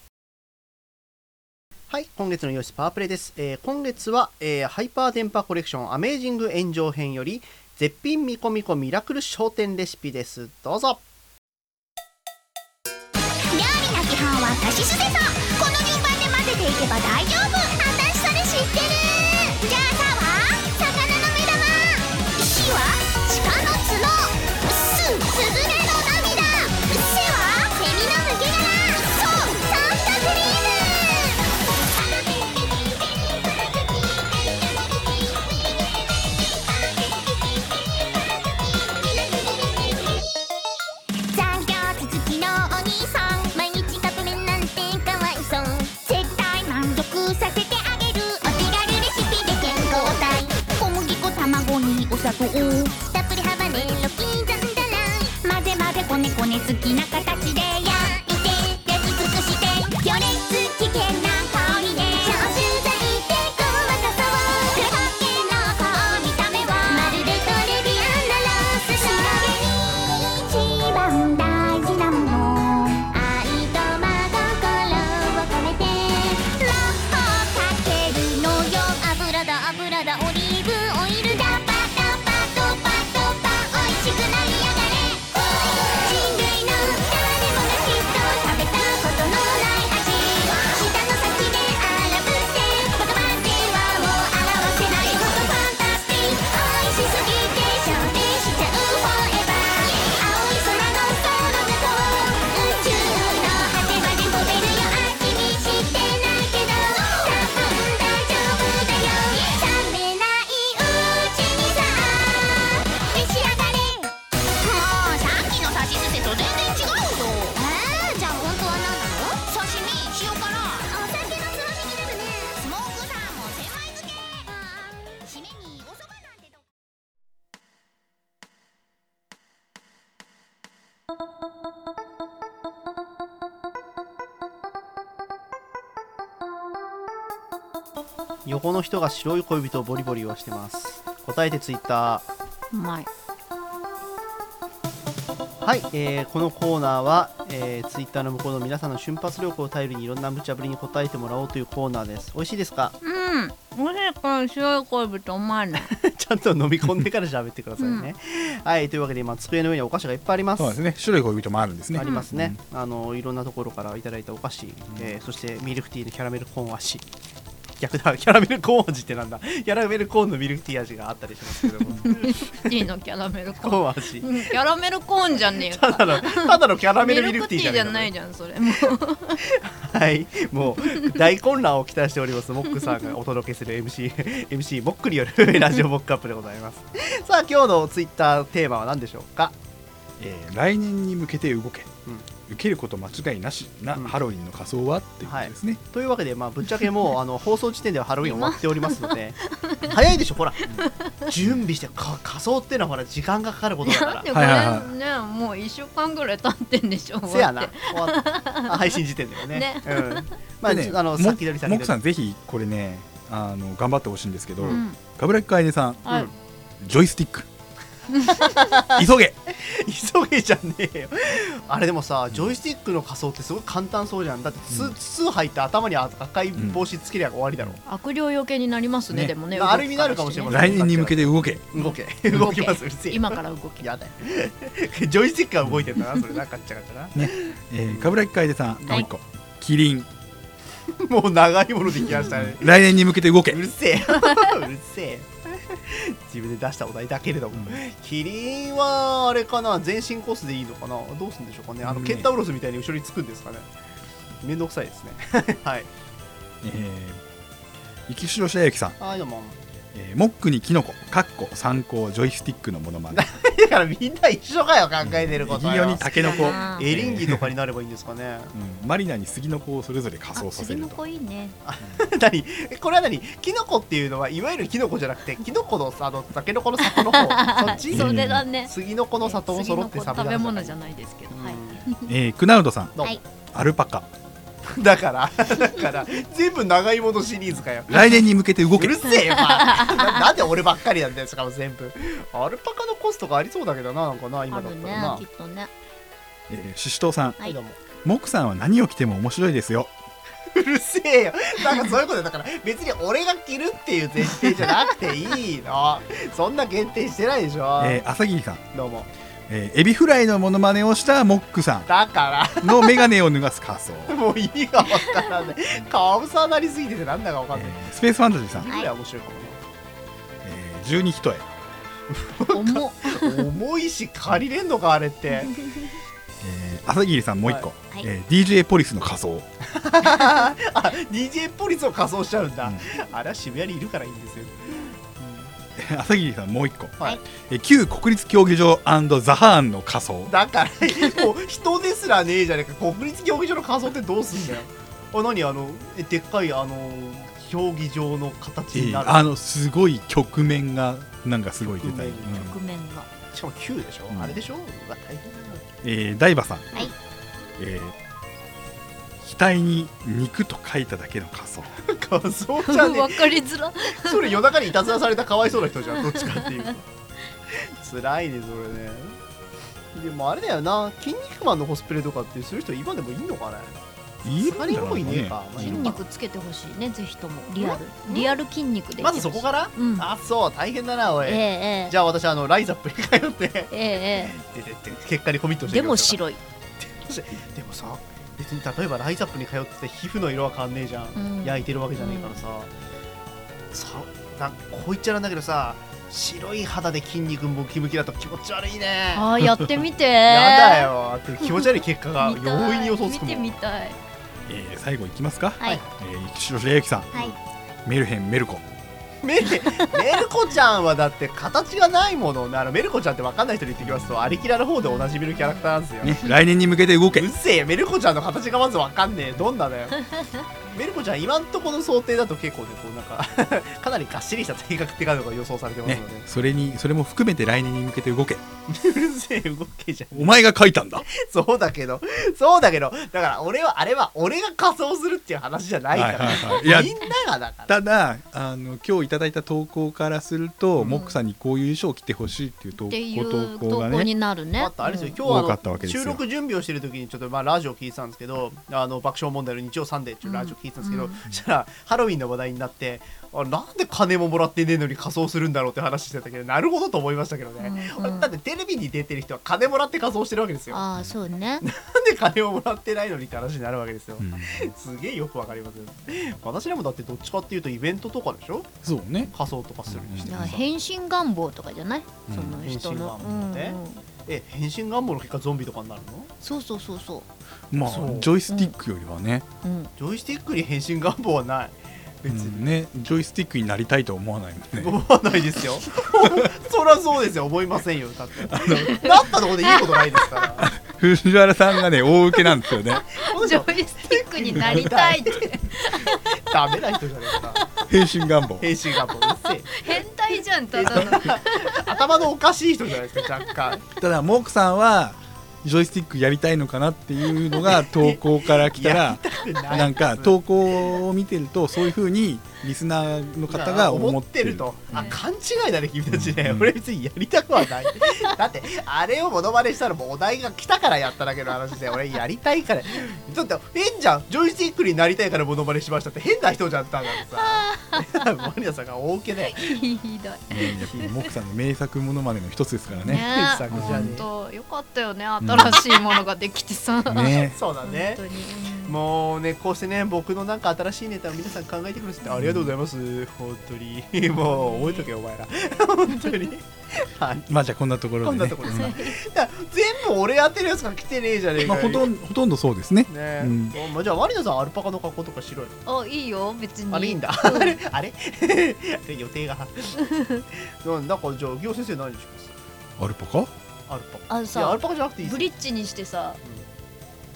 [SPEAKER 1] はい今月の様子パワープレイです、えー今月は、えーハイパー電波コレクションアメージング炎上編より絶品みこみこミラクル商店レシピですどうぞ
[SPEAKER 4] 料理の基本はさしすせそこの順番で混ぜていけば大丈夫私それ知ってるじゃあさは魚の目玉しは鹿の角すスズメの涙せはセミの抜け殻そうサンタクリーム残業続きのお兄さん毎日カップ麺なんてかわいそう絶対満足させてあげるお手軽レシピで健康体小麦粉卵にお砂糖たっぷりハバネロ刻んだら混ぜ混ぜこねこね好きな形で焼いて焼き尽くして行列危険な香りで消臭剤でごまかそう手掛けの顔見た目はまるでトレビアンなロース仕上げに一番大事なもの愛と真心を込めて魔法かけるのよ油だ油だオリーブオイルだパタパトパトパ美味しくなりやがれ人類の誰でもがきっと食べたことのない味舌の先で荒ぶって言葉ではもう表せないほどファンタスティック美味しすぎて消費しちゃうフォーエバー青い空のその向こう宇宙の果てまで飛べるよあきみしてないけど多分大丈夫だよ冷めないうちにさ召し上がれもうさっきのさしすせと全然違うよえー、じゃあ本当は何なの刺身塩辛お酒のつまみになるねスモークサーモン千枚漬け締めにお蕎麦なんてど
[SPEAKER 1] 横の人が白い恋人をボリボリはしてます答えてツイッター
[SPEAKER 3] うまい
[SPEAKER 1] はい、えーこのコーナーは、えー、ツイッターの向こうの皆さんの瞬発力を頼りにいろんな無茶ぶりに答えてもらおうというコーナーです美味しいですか
[SPEAKER 3] うんおしいこの白い恋人うまいね
[SPEAKER 1] ちゃんと飲み込んでから喋ってくださいね、 はいというわけで今机の上にお菓子がいっぱいあります
[SPEAKER 2] そうなんですね種類恋人もあるんですね
[SPEAKER 1] ありますね、あのいろんなところからいただいたお菓子、えーそしてミルクティーのキャラメルコーン味逆だキャラメルコーン味ってなんだキ ャラメルコーンのミルクティー味があったりしますけ ども
[SPEAKER 3] ティーのキャラメル
[SPEAKER 1] コ
[SPEAKER 3] コー
[SPEAKER 1] ー
[SPEAKER 3] ン
[SPEAKER 1] ン味
[SPEAKER 3] うんキャラメルコーンじゃねえよ
[SPEAKER 1] ただのただのキャラメ
[SPEAKER 3] ミ
[SPEAKER 1] ルミル
[SPEAKER 3] ル
[SPEAKER 1] ク
[SPEAKER 3] ク
[SPEAKER 1] テ
[SPEAKER 3] テ
[SPEAKER 1] ィー
[SPEAKER 3] ィー
[SPEAKER 1] じ
[SPEAKER 3] じ
[SPEAKER 1] ゃ
[SPEAKER 3] ゃ
[SPEAKER 1] な
[SPEAKER 3] ないい
[SPEAKER 1] の
[SPEAKER 3] じゃんそれもう
[SPEAKER 1] はいもう大混乱を期待しておりますモックさんがお届けする MC, MC モックによるラジオモックアップでございますさあ今日のツイッターテーマは何でしょうか
[SPEAKER 2] えー来年に向けて動け、
[SPEAKER 1] うん
[SPEAKER 2] 受けること間違いなしな、
[SPEAKER 1] うん
[SPEAKER 2] ハロウィンの仮装はっていうことですね、
[SPEAKER 1] というわけで、まあ、ぶっちゃけもうあの放送時点ではハロウィン終わっておりますの で早いでしょほら準備してか仮装ってのはほら時間がかかることだ
[SPEAKER 3] だ
[SPEAKER 1] か
[SPEAKER 3] っ
[SPEAKER 1] ら
[SPEAKER 3] てこ
[SPEAKER 2] はいはい
[SPEAKER 3] れねもう一週間ぐらい経ってんでしょ
[SPEAKER 1] せやな終わったあ配信時点では ね
[SPEAKER 3] ね
[SPEAKER 1] うんまあ、
[SPEAKER 2] でね
[SPEAKER 1] あの
[SPEAKER 2] も
[SPEAKER 1] 先取り先
[SPEAKER 2] も
[SPEAKER 1] 取
[SPEAKER 2] く
[SPEAKER 1] り
[SPEAKER 2] さんぜひこれねあの頑張ってほしいんですけど、
[SPEAKER 1] う
[SPEAKER 3] うん
[SPEAKER 2] ガブレック楓さん
[SPEAKER 3] はい
[SPEAKER 1] うん
[SPEAKER 2] ジョイスティ ック急げ
[SPEAKER 1] 急げじゃねえよあれでもさジョイスティックの仮装ってすごい簡単そうじゃんだって
[SPEAKER 2] う
[SPEAKER 1] 筒
[SPEAKER 2] ん
[SPEAKER 1] 筒入って頭に赤い帽子つけりゃ終わりだろ、
[SPEAKER 3] 悪霊よけになりますね
[SPEAKER 2] ね
[SPEAKER 3] でもね
[SPEAKER 1] まあ
[SPEAKER 3] 動く
[SPEAKER 1] ある意味なるかもしれません
[SPEAKER 2] 来年に向けて動け
[SPEAKER 1] 動け動きますうるせえ
[SPEAKER 3] 今から動け
[SPEAKER 1] やだよジョイスティックが動いてんだなそれなガッチャガチャな
[SPEAKER 2] えー、冠城楓さん、
[SPEAKER 3] はい
[SPEAKER 2] もう一個キリン
[SPEAKER 1] もう長いものできましたね
[SPEAKER 2] 来年に向けて動け
[SPEAKER 1] うるせえうるせえ自分で出したお題だけれども、キリンはあれかな全身コースでいいのかなどうするんでしょうかねあの
[SPEAKER 2] ね
[SPEAKER 1] ケンタウロスみたいに後ろにつくんですかねめんどくさい ですねはい
[SPEAKER 2] えー雪城白雪さん、
[SPEAKER 1] あでも
[SPEAKER 2] えーモックにキノコかっこ参考ジョイスティックのものまね
[SPEAKER 1] だからみんな一緒かよ考えてること
[SPEAKER 2] ギ
[SPEAKER 1] は
[SPEAKER 2] ヨ
[SPEAKER 1] よ
[SPEAKER 2] にタケノコ
[SPEAKER 3] そうだな
[SPEAKER 1] エリンギとかになればいいんですかね
[SPEAKER 2] うんマリナに杉の子をそれぞれ仮
[SPEAKER 3] あ
[SPEAKER 2] 装させ
[SPEAKER 3] 次
[SPEAKER 2] る
[SPEAKER 3] の
[SPEAKER 2] と
[SPEAKER 3] 子いいね
[SPEAKER 1] 何 えこれは何キノコっていうのはいわゆるキノコじゃなくてキノコのあのタケノコの里の 方そっち
[SPEAKER 2] いい
[SPEAKER 3] そ
[SPEAKER 2] ね
[SPEAKER 3] れだね
[SPEAKER 1] 杉の子の里を揃って
[SPEAKER 3] 次の
[SPEAKER 1] 食
[SPEAKER 3] 子食
[SPEAKER 1] べ
[SPEAKER 3] べ物じゃ
[SPEAKER 1] ん
[SPEAKER 3] ないですけどはい
[SPEAKER 2] えークナウドさん
[SPEAKER 1] どうも
[SPEAKER 4] はい
[SPEAKER 2] アルパカ
[SPEAKER 1] だから だから全部長いものシリーズかよ
[SPEAKER 2] 来年に向けて動
[SPEAKER 1] う
[SPEAKER 2] け
[SPEAKER 1] るせえよ、まあ、 ななんで俺ばっかりなんだよしかも全部アルパカのコストがありそうだけどななんかな
[SPEAKER 3] あ
[SPEAKER 1] 今だっ
[SPEAKER 3] る
[SPEAKER 1] た
[SPEAKER 3] ね
[SPEAKER 1] らな
[SPEAKER 3] きっとね
[SPEAKER 2] えーシシトウさん
[SPEAKER 3] はい
[SPEAKER 1] どうも
[SPEAKER 2] モクさんは何を着ても面白いですよ
[SPEAKER 1] うるせえよなんかそういうことだから別に俺が着るっていう前提じゃなくていいのそんな限定してないでしょ、
[SPEAKER 2] えー、朝霧さん、
[SPEAKER 1] どうも
[SPEAKER 2] えーエビフライのモノマネをしたモックさ
[SPEAKER 1] だから
[SPEAKER 2] んのメガネを脱がす仮装、
[SPEAKER 1] もう意味がわからない。顔さなりすぎててなんだかわ
[SPEAKER 2] え
[SPEAKER 1] かんない。
[SPEAKER 2] ースペースファンタジーさん、
[SPEAKER 1] いくら面白いかも
[SPEAKER 2] えー、十二人重、
[SPEAKER 3] 重っ
[SPEAKER 1] な。重いし借りれんのかあれ って。
[SPEAKER 2] えー、朝霧さんもう一個、
[SPEAKER 4] い
[SPEAKER 2] えー DJ ポリスの仮装、
[SPEAKER 1] あ、DJ ポリスを仮装しちゃうんだ。
[SPEAKER 2] うん
[SPEAKER 1] あれは渋谷にいるからいいんですよ。
[SPEAKER 2] 朝霧さんもう一個、
[SPEAKER 1] はい
[SPEAKER 2] えー旧国立競技場ザハーンの仮装、
[SPEAKER 1] だから、もう人ですらねえじゃねえか。国立競技場の仮装ってどうすんだ よ。あ、何あの、えでっかいあの、競技場の形
[SPEAKER 2] え
[SPEAKER 1] にな
[SPEAKER 2] ー
[SPEAKER 1] る。
[SPEAKER 2] あのすごい局面がなんかすごい出たり、
[SPEAKER 1] 局
[SPEAKER 2] うん
[SPEAKER 3] 局面 が
[SPEAKER 1] しかも9でしょ、
[SPEAKER 2] うん
[SPEAKER 1] あれでしょうわ、大変だな。
[SPEAKER 2] えー、ダイバさん、
[SPEAKER 4] い
[SPEAKER 2] えー額に肉と書いただけの仮装、
[SPEAKER 1] 仮装じゃねえ
[SPEAKER 3] 分かりづら
[SPEAKER 1] それ夜中にいたずらされたかわいそうな人じゃんどっちかっていうと 辛いねそれねでもあれだよな「筋肉マン」のコスプレとかってする人今でもいいのかね
[SPEAKER 2] いるんだ
[SPEAKER 1] 他に
[SPEAKER 2] ろ
[SPEAKER 1] も
[SPEAKER 2] う
[SPEAKER 1] いねえ
[SPEAKER 2] ね
[SPEAKER 1] か、まあい
[SPEAKER 3] 筋
[SPEAKER 1] るのか
[SPEAKER 3] 肉つけてほしいねぜひともリアルリアル筋肉でいて
[SPEAKER 1] ま
[SPEAKER 3] ほしい
[SPEAKER 1] ずそこから、
[SPEAKER 3] うん
[SPEAKER 1] あそう大変だなおい、
[SPEAKER 3] ええええ
[SPEAKER 1] じゃあ私あのライザップに通ってで
[SPEAKER 3] ええ
[SPEAKER 1] でで結果にコミット
[SPEAKER 3] え
[SPEAKER 1] し
[SPEAKER 3] え
[SPEAKER 1] てい
[SPEAKER 3] で
[SPEAKER 1] き
[SPEAKER 3] も
[SPEAKER 1] ますか
[SPEAKER 3] 白い
[SPEAKER 1] らでもさ別に例えばライザップに通ってて皮膚の色は変わんねえじゃん、
[SPEAKER 3] うん
[SPEAKER 1] 焼いてるわけじゃねえからさ、さなんこう言っちゃなんだけどさ白い肌で筋肉ムキムキだと気持ち悪いね
[SPEAKER 3] あーやってみて
[SPEAKER 1] やだよって気持ち悪い結果が
[SPEAKER 3] 見たい
[SPEAKER 1] 容易に予想つくも
[SPEAKER 3] 見て
[SPEAKER 1] ん
[SPEAKER 3] みたい
[SPEAKER 2] えー最後いきますか、
[SPEAKER 4] はい
[SPEAKER 2] えー、石白ゆきさん、
[SPEAKER 4] はい
[SPEAKER 2] メルヘンメルコ
[SPEAKER 1] メルメルコちゃんはだって形がないものあのメルコちゃんって分かんない人に言ってきますとアリキラの方でおなじみのキャラクターなんですよ、
[SPEAKER 2] ね、来年に向けて動け
[SPEAKER 1] うっせえメルコちゃんの形がまず分かんねえどんな だよメルコちゃん今んとこの想定だと結構ねこうなんか かなりがっしりした性格っていうのが予想されてます
[SPEAKER 2] ね
[SPEAKER 1] ので、
[SPEAKER 2] それにそれも含めて来年に向けて動け
[SPEAKER 1] うるせえ動けじゃん
[SPEAKER 2] お前が書いたんだ
[SPEAKER 1] そうだけどそうだけどだから俺はあれは俺が仮装するっていう話じゃないから、
[SPEAKER 2] はいはいはいいや
[SPEAKER 1] みんながだから
[SPEAKER 2] ただあの今日いただいた投稿からすると、モックさんにこういう衣装を着てほしいっていう投
[SPEAKER 3] ってい
[SPEAKER 2] 稿
[SPEAKER 3] う
[SPEAKER 2] 投稿
[SPEAKER 3] 投
[SPEAKER 2] が
[SPEAKER 3] 稿
[SPEAKER 2] ね
[SPEAKER 3] になるね
[SPEAKER 1] あとあれですよ、
[SPEAKER 2] ん
[SPEAKER 1] 今
[SPEAKER 2] 多
[SPEAKER 1] 日
[SPEAKER 2] か
[SPEAKER 1] あ
[SPEAKER 2] ったわけ
[SPEAKER 1] の
[SPEAKER 2] ですよ
[SPEAKER 1] 収録準備をしてる時にちょっとまあラジオ聞いてたんですけど「あの爆笑問題の日曜サンデー」っていうラジオ聞いてたんですけど、
[SPEAKER 3] うん
[SPEAKER 1] そしたらハロウィンの話題になってあなんで金ももらってねえのに仮装するんだろうって話してたけどなるほどと思いましたけどね、
[SPEAKER 3] うんうん
[SPEAKER 1] だってテレビに出てる人は金もらって仮装してるわけですよな
[SPEAKER 3] ああそうね
[SPEAKER 1] んで金をもらってないのにって話になるわけですよ、
[SPEAKER 2] うん
[SPEAKER 1] すげえよくわかりますよ私らもだってどっちかっていうとイベントとかでしょ
[SPEAKER 2] そうね
[SPEAKER 1] 仮装とかするにして
[SPEAKER 3] だ
[SPEAKER 1] も
[SPEAKER 3] から
[SPEAKER 1] さ
[SPEAKER 3] 変身願望とかじゃない、
[SPEAKER 2] うん
[SPEAKER 3] その人
[SPEAKER 1] 変
[SPEAKER 3] の
[SPEAKER 1] 身願望ね
[SPEAKER 3] うんうん
[SPEAKER 1] え変身願望の結果ゾンビとかになるの
[SPEAKER 3] そうそうそうそ
[SPEAKER 2] まあ
[SPEAKER 1] そう
[SPEAKER 2] ジョイスティックよりはね,、
[SPEAKER 3] ううん
[SPEAKER 1] ジョイスティックに変身願望はない別に、
[SPEAKER 2] うんねジョイスティックになりたいとは思わないもんね
[SPEAKER 1] 思わないですよ。 そりゃそうですよ、思いませんよ、だって。なったとこでいいことないですから。
[SPEAKER 2] 藤原さんがね大受けなんです よね
[SPEAKER 1] この
[SPEAKER 3] ジ
[SPEAKER 1] 人
[SPEAKER 3] ョイスティックになり たいって
[SPEAKER 1] ダメな人じゃねえか
[SPEAKER 2] 変身願望
[SPEAKER 1] 編集がもううっせえ
[SPEAKER 3] 変態じゃん ただの
[SPEAKER 1] 頭のおかしい人じゃないですか若干
[SPEAKER 2] ただモークさんはジョイスティックやりたいのかなっていうのが投稿から 来た
[SPEAKER 1] や
[SPEAKER 2] ら
[SPEAKER 1] りたくない
[SPEAKER 2] なんか投稿を見てるとそういうふうにリスナーの方が思
[SPEAKER 1] 思
[SPEAKER 2] っ
[SPEAKER 1] ってて
[SPEAKER 2] る
[SPEAKER 1] る
[SPEAKER 2] と
[SPEAKER 1] とあ勘違いだね君たちね、
[SPEAKER 2] うん
[SPEAKER 1] 俺別にやりたくはない だってあれをモノマネしたらもうお題が来たからやっただけの話で俺やりたいからだって変じゃんジョイスティックになりたいからモノマネしましたって変な人じゃったんだからさ マリアさんが大受けで
[SPEAKER 3] ひどい
[SPEAKER 2] モークさんの名作ものまでの一つですから
[SPEAKER 3] ね
[SPEAKER 2] ね
[SPEAKER 1] さ
[SPEAKER 3] え
[SPEAKER 1] こちらに
[SPEAKER 3] 本当よかったよね新しいものができてさ
[SPEAKER 2] ね
[SPEAKER 1] そうだ ね
[SPEAKER 3] 本当にうん
[SPEAKER 1] もうねこうしてね僕のなんか新しいネタを皆さん考えてくれててありがとうございます本当 にもう覚えとけよお前ら本当にはい
[SPEAKER 2] まあじゃあこんなところ
[SPEAKER 1] こん
[SPEAKER 2] で
[SPEAKER 1] な
[SPEAKER 2] ね
[SPEAKER 1] ところですねだから全部俺当てるやつが来てねえじゃねえ
[SPEAKER 2] ま
[SPEAKER 1] かよ
[SPEAKER 2] あほとんどほとんどそうですね
[SPEAKER 1] ね
[SPEAKER 2] うん
[SPEAKER 1] おまあじゃあワリナさんアルパカの格好とかしろよ
[SPEAKER 3] あいいよ別に
[SPEAKER 1] あれいいんだ
[SPEAKER 3] う
[SPEAKER 1] あれあれあれ予定が なんだからじゃあ行先生何にします
[SPEAKER 2] アルパカ
[SPEAKER 1] アルパカ
[SPEAKER 3] あの
[SPEAKER 1] いやア
[SPEAKER 3] さ
[SPEAKER 1] ルパカじゃなくていい
[SPEAKER 3] ブ
[SPEAKER 1] です
[SPEAKER 3] リッジにしてさ
[SPEAKER 1] うん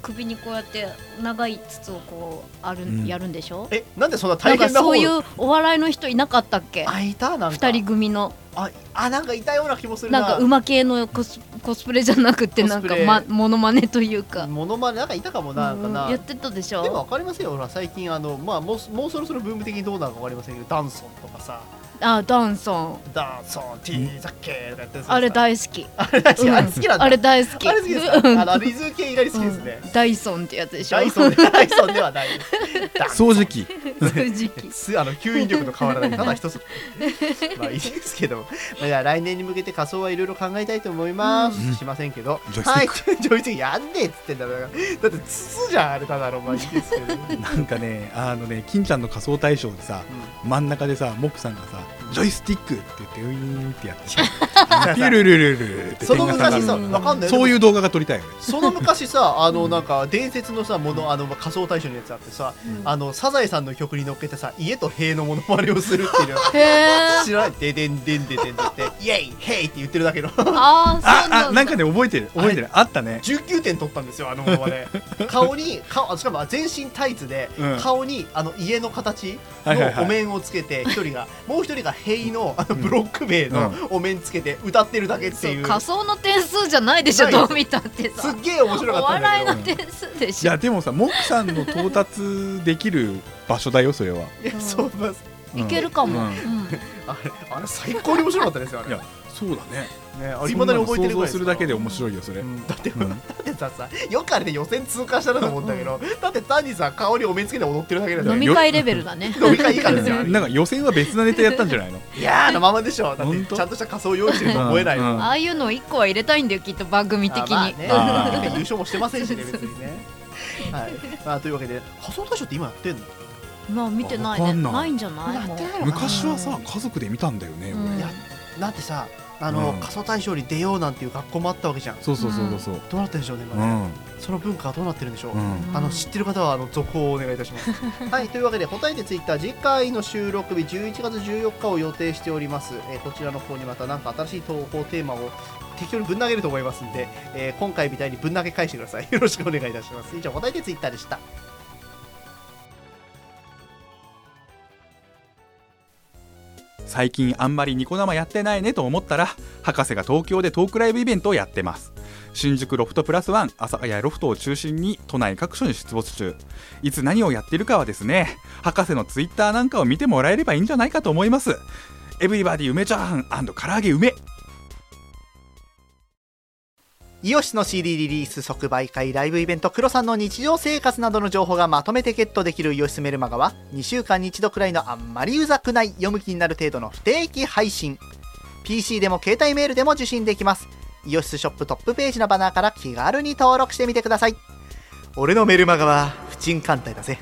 [SPEAKER 3] 首にこうやって長い筒をこうある、
[SPEAKER 2] うん
[SPEAKER 3] やるんでしょ
[SPEAKER 1] えなんでそんな
[SPEAKER 3] な
[SPEAKER 1] 大
[SPEAKER 3] んか
[SPEAKER 1] 変な方
[SPEAKER 3] そういうお笑いの人いなかったっけ
[SPEAKER 1] あいたなんか
[SPEAKER 3] 二人組の
[SPEAKER 1] ああなんかいたような気もするな
[SPEAKER 3] なんか馬系のコスコスプレじゃなくて
[SPEAKER 1] コス
[SPEAKER 3] な
[SPEAKER 1] プ
[SPEAKER 3] ん
[SPEAKER 1] レ
[SPEAKER 3] か、ま、モノマネというか
[SPEAKER 1] モノマネなんかいたかもななんかな、
[SPEAKER 3] うんやってたでし
[SPEAKER 1] でも
[SPEAKER 3] ょ
[SPEAKER 1] わかりませんよ、ほら最近あの、まあ、もうもうそろそろブーム的にどうなるかわかりませんけど、ダンソンとかさ、
[SPEAKER 3] あダンソン
[SPEAKER 1] ダンソン、ティーザッケーとかやってる
[SPEAKER 3] あれ 大好き
[SPEAKER 1] あれ大好き、あれ好きなんだ。
[SPEAKER 3] あれ大好き
[SPEAKER 1] あれ好きですか
[SPEAKER 3] うん
[SPEAKER 1] あの、リズ系以外好きですね。
[SPEAKER 3] うんダイソンってやつでしょ
[SPEAKER 1] ダイ ソンで、ダイソンではないです。ダンソン
[SPEAKER 2] 掃除機
[SPEAKER 3] 正直
[SPEAKER 1] すあの吸引力と変わらない、ただ一つ。まあいいですけど、まあ、じゃあ来年に向けて仮装はいろいろ考えたいと思います。
[SPEAKER 2] うん
[SPEAKER 1] しませんけど、
[SPEAKER 2] ジョイスティック
[SPEAKER 1] はい、ジョイスティックやんねえっつってんだから、だって筒じゃん、あれただの、まあいいですけど。
[SPEAKER 2] なんかねあのね金ちゃんの仮装大賞でさ真ん中でさモックさんがさ「ジョイスティック!」って言ってウィーンってやって さピュルルルルルって
[SPEAKER 1] その
[SPEAKER 2] 天狗さん
[SPEAKER 1] 昔さ、
[SPEAKER 2] が
[SPEAKER 1] わかんない。
[SPEAKER 2] そういう動画が撮りたいよね
[SPEAKER 1] その昔さ、あのなんか伝説のさ、もの、あの仮想大賞のやつあってさ、あのサザエさんの曲に乗っけてさ、家と塀のモノマネをするっていうの。
[SPEAKER 3] へえ
[SPEAKER 1] 知らない、ででんでんででんでって、イエイ、ヘイって言ってるだけの。
[SPEAKER 3] ああそう
[SPEAKER 2] あ
[SPEAKER 3] な
[SPEAKER 2] あ
[SPEAKER 3] ん
[SPEAKER 2] なん
[SPEAKER 3] だ
[SPEAKER 2] かね覚えてる覚えてるあったね
[SPEAKER 1] 19点取ったんですよ、あのモノマ ネ。顔に、顔、あしかも全身タイツで、
[SPEAKER 2] うん
[SPEAKER 1] 顔にあの家の形
[SPEAKER 2] はいはい
[SPEAKER 1] の
[SPEAKER 2] はい
[SPEAKER 1] お面をつけて、 一人が、もう一人が塀のあのブロック名のお面つけて歌ってるだけって
[SPEAKER 3] そう
[SPEAKER 1] いう。
[SPEAKER 3] 仮想の点数じゃないでしょ
[SPEAKER 1] ないよ
[SPEAKER 3] どう見たって
[SPEAKER 1] す
[SPEAKER 3] さ
[SPEAKER 1] っげえ面
[SPEAKER 3] お
[SPEAKER 1] 白かったんだ
[SPEAKER 3] 笑
[SPEAKER 1] けど
[SPEAKER 3] いの。点数で
[SPEAKER 2] い
[SPEAKER 3] しょ
[SPEAKER 2] やでもさモックさんの到達できる場所だよそれは、
[SPEAKER 1] いやそうまあ
[SPEAKER 2] うん
[SPEAKER 3] いけるかも、
[SPEAKER 2] う
[SPEAKER 3] うんん
[SPEAKER 1] あれ、あれ最高に面白かったですよ、あれ。
[SPEAKER 2] いやそうだね
[SPEAKER 1] ね、ありまだに覚えてるぐらい
[SPEAKER 2] 想像するだけで面白いよそれ、
[SPEAKER 1] うんだって、
[SPEAKER 2] うん
[SPEAKER 1] だってささよくあれで予選通過したなと思うんだけど、だって単にさ顔にお面つけて踊ってるだけなんだ
[SPEAKER 3] 飲み
[SPEAKER 1] よ
[SPEAKER 3] 会レベルだね
[SPEAKER 1] 飲み会以 下ですよあれ
[SPEAKER 2] なんか予選は別なネタやったんじゃないの
[SPEAKER 1] いやーなままでしょだっ
[SPEAKER 2] 本
[SPEAKER 1] て
[SPEAKER 2] 当
[SPEAKER 1] ちゃんとした仮装用意してると思えないの、
[SPEAKER 2] うん
[SPEAKER 3] ああいうの一個は入れたいんだよきっと番組的 に、
[SPEAKER 1] あまあね
[SPEAKER 2] あー
[SPEAKER 1] てか優勝もしてませんしね別にね はい、まあ、というわけで仮装大賞って今やってんの
[SPEAKER 3] まあ見てない
[SPEAKER 2] わか
[SPEAKER 3] ね
[SPEAKER 2] んな
[SPEAKER 3] ないいんじゃないもう
[SPEAKER 1] ない
[SPEAKER 2] 昔はさ家族で見たんだよね、
[SPEAKER 3] うん
[SPEAKER 2] 俺
[SPEAKER 1] いやだってさあの、
[SPEAKER 2] うん
[SPEAKER 1] 仮装大賞に出ようなんていう学校もあったわけじゃん
[SPEAKER 2] そうそうそうそうそう
[SPEAKER 1] どうなってるんでしょうね今
[SPEAKER 2] う
[SPEAKER 1] ね、
[SPEAKER 2] ん、
[SPEAKER 1] その文化はどうなってるんでしょう、
[SPEAKER 2] うん
[SPEAKER 1] あの知ってる方はあの続報をお願いいたし ます。はいというわけで答えてツイッター次回の収録日11月14日を予定しております。えーこちらの方にまた何か新しい投稿テーマを適当にぶん投げると思いますんで、えー今回みたいにぶん投げ返してください。よろしくお願いいたします。以上答えてツイッターでした。
[SPEAKER 2] 最近あんまりニコ生やってないねと思ったら博士が東京でトークライブイベントをやってます新宿ロフトプラスワン朝早ロフトを中心に都内各所に出没中いつ何をやってるかはですね博士のツイッターなんかを見てもらえればいいんじゃないかと思いますエブリバディ梅チャーハン唐揚げ梅
[SPEAKER 1] イオシスの CD リリース即売会ライブイベントクロさんの日常生活などの情報がまとめてゲットできるイオシスメルマガは2週間に一度くらいのあんまりうざくない読む気になる程度の不定期配信 PC でも携帯メールでも受信できますイオシスショップトップページのバナーから気軽に登録してみてください俺のメルマガは不沈艦隊だぜ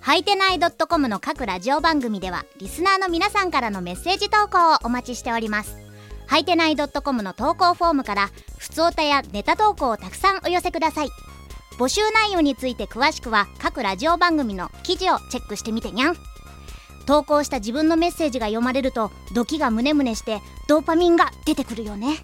[SPEAKER 4] はいてない .com の各ラジオ番組ではリスナーの皆さんからのメッセージ投稿をお待ちしておりますはいてない .com の投稿フォームから普通歌やネタ投稿をたくさんお寄せください募集内容について詳しくは各ラジオ番組の記事をチェックしてみてにゃん投稿した自分のメッセージが読まれるとドキがムネムネしてドーパミンが出てくるよね